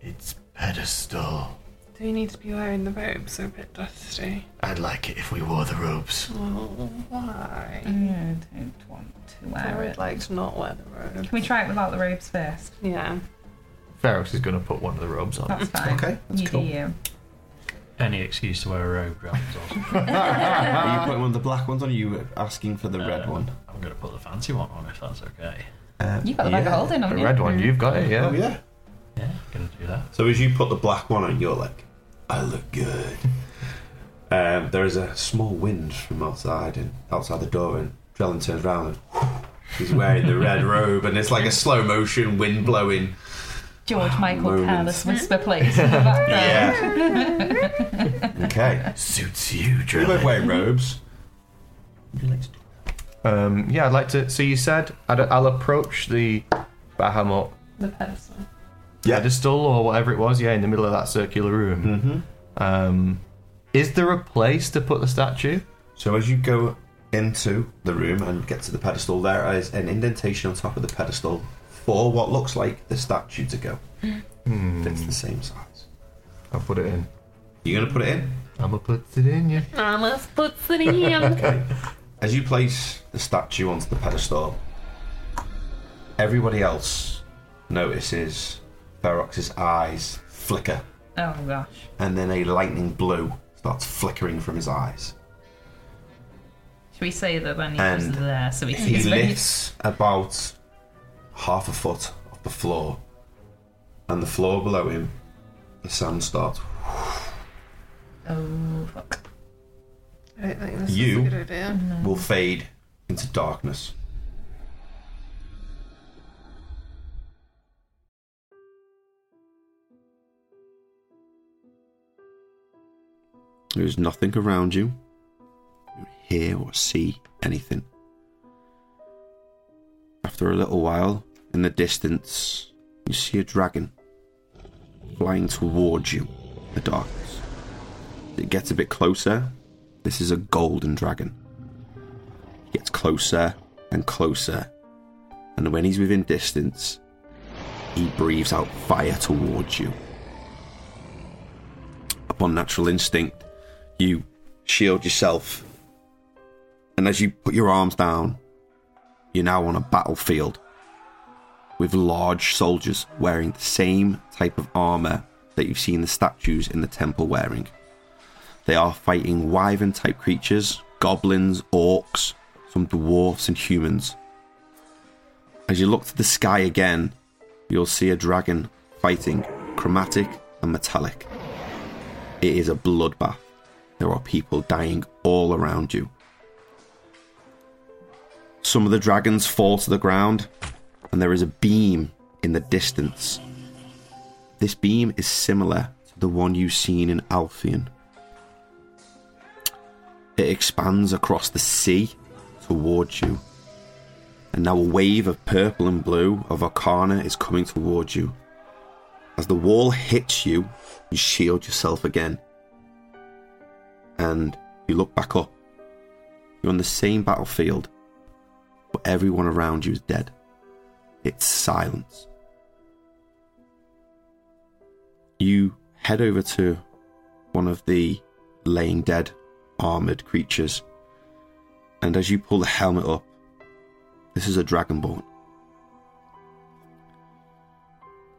Speaker 7: its pedestal.
Speaker 9: Do you need to be wearing the robes? They're a bit dusty.
Speaker 7: I'd like it if we wore the robes.
Speaker 9: Oh, why?
Speaker 3: I don't want to
Speaker 9: I
Speaker 3: wear
Speaker 9: would
Speaker 3: it.
Speaker 9: like to not wear the robe.
Speaker 3: Can we try it without the robes first?
Speaker 9: Yeah.
Speaker 8: Ferrox is going to put one of the robes on.
Speaker 3: That's fine.
Speaker 5: Okay, that's
Speaker 3: you
Speaker 5: cool.
Speaker 3: do you.
Speaker 4: Any excuse to wear a robe, Grant, is awesome.
Speaker 5: Are you putting one of the black ones on? Are you asking for the red
Speaker 4: Uh,
Speaker 5: one?
Speaker 4: I'm gonna put the fancy one on if that's okay.
Speaker 5: Uh,
Speaker 3: You got the bag of holding,
Speaker 8: The
Speaker 3: haven't you?
Speaker 8: red one. You've got it. Yeah.
Speaker 5: Oh yeah.
Speaker 4: Yeah, gonna do that.
Speaker 5: So as you put the black one on, you're like, I look good. um, there is a small wind from outside and outside the door, and Drellin turns round and he's wearing the red robe, and it's like a slow motion wind blowing
Speaker 3: George Michael
Speaker 14: Moments.
Speaker 3: Careless Whisper plays in the background.
Speaker 5: Yeah. okay.
Speaker 7: Suits you,
Speaker 5: You
Speaker 7: Drummond.
Speaker 5: both wearing robes.
Speaker 8: Um, yeah, I'd like to. So you said I'd, I'll approach the Bahamut
Speaker 3: The pedestal.
Speaker 5: Yeah.
Speaker 8: pedestal or whatever it was. Yeah, in the middle of that circular room.
Speaker 5: Mm-hmm.
Speaker 8: Um, is there a place to put the statue?
Speaker 5: So as you go into the room and get to the pedestal, there is an indentation on top of the pedestal for what looks like the statue to go. It's the same size.
Speaker 8: I'll put it in.
Speaker 5: You're gonna put it in.
Speaker 8: I'm gonna put it in. Yeah.
Speaker 9: Thomas puts it in.
Speaker 5: As you place the statue onto the pedestal, everybody else notices Ferox's eyes flicker,
Speaker 3: Oh gosh.
Speaker 5: and then a lightning blue starts flickering from his eyes.
Speaker 3: Should we say that when he was
Speaker 5: And
Speaker 3: there, so he
Speaker 5: He
Speaker 3: sees when he's
Speaker 5: lifts about half a foot off the floor, and the floor below him, the sand starts.
Speaker 3: Oh fuck.
Speaker 9: I don't think this
Speaker 5: You.
Speaker 9: is a good idea.
Speaker 5: Will fade into darkness. There is nothing around you. You don't hear or see anything. After a little while, in the distance, you see a dragon flying towards you, in the darkness. It gets a bit closer. This is a golden dragon. It gets closer and closer, and when he's within distance, he breathes out fire towards you. Upon natural instinct, you shield yourself. And as you put your arms down, you're now on a battlefield with large soldiers wearing the same type of armor that you've seen the statues in the temple wearing. They are fighting wyvern type creatures, goblins, orcs, some dwarfs, and humans. As you look to the sky again, you'll see a dragon fighting chromatic and metallic. It is a bloodbath. There are people dying all around you. Some of the dragons fall to the ground, and there is a beam in the distance. This beam is similar to the one you've seen in Alpheon. It expands across the sea towards you. And now a wave of purple and blue of Arcana is coming towards you. As the wall hits you, you shield yourself again. And you look back up. You're on the same battlefield, but everyone around you is dead. It's silence. You head over to one of the laying dead armored creatures. And as you pull the helmet up, this is a dragonborn.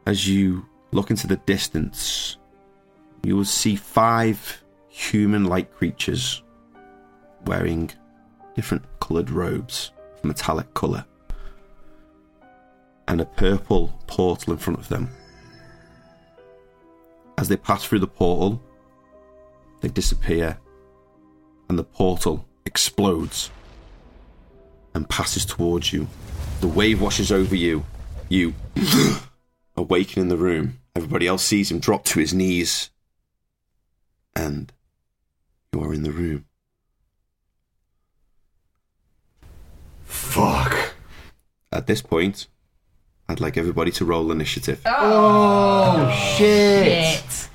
Speaker 5: As you look into the distance, you will see five human like creatures wearing different coloured robes of metallic colour and a purple portal in front of them. As they pass through the portal, they disappear and the portal explodes and passes towards you. The wave washes over you. You awaken in the room. Everybody else sees him drop to his knees. And you are in the room.
Speaker 7: Fuck.
Speaker 5: At this point, I'd like everybody to roll initiative.
Speaker 3: Shit.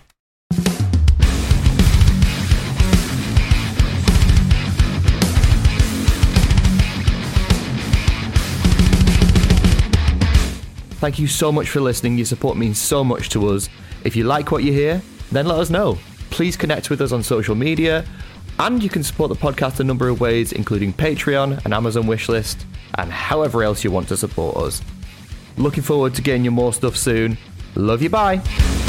Speaker 1: Thank you so much for listening. Your support means so much to us. If you like what you hear, then let us know. Please connect with us on social media, and you can support the podcast a number of ways, including Patreon, an Amazon wishlist, and however else you want to support us. Looking forward to getting you more stuff soon. Love you, bye.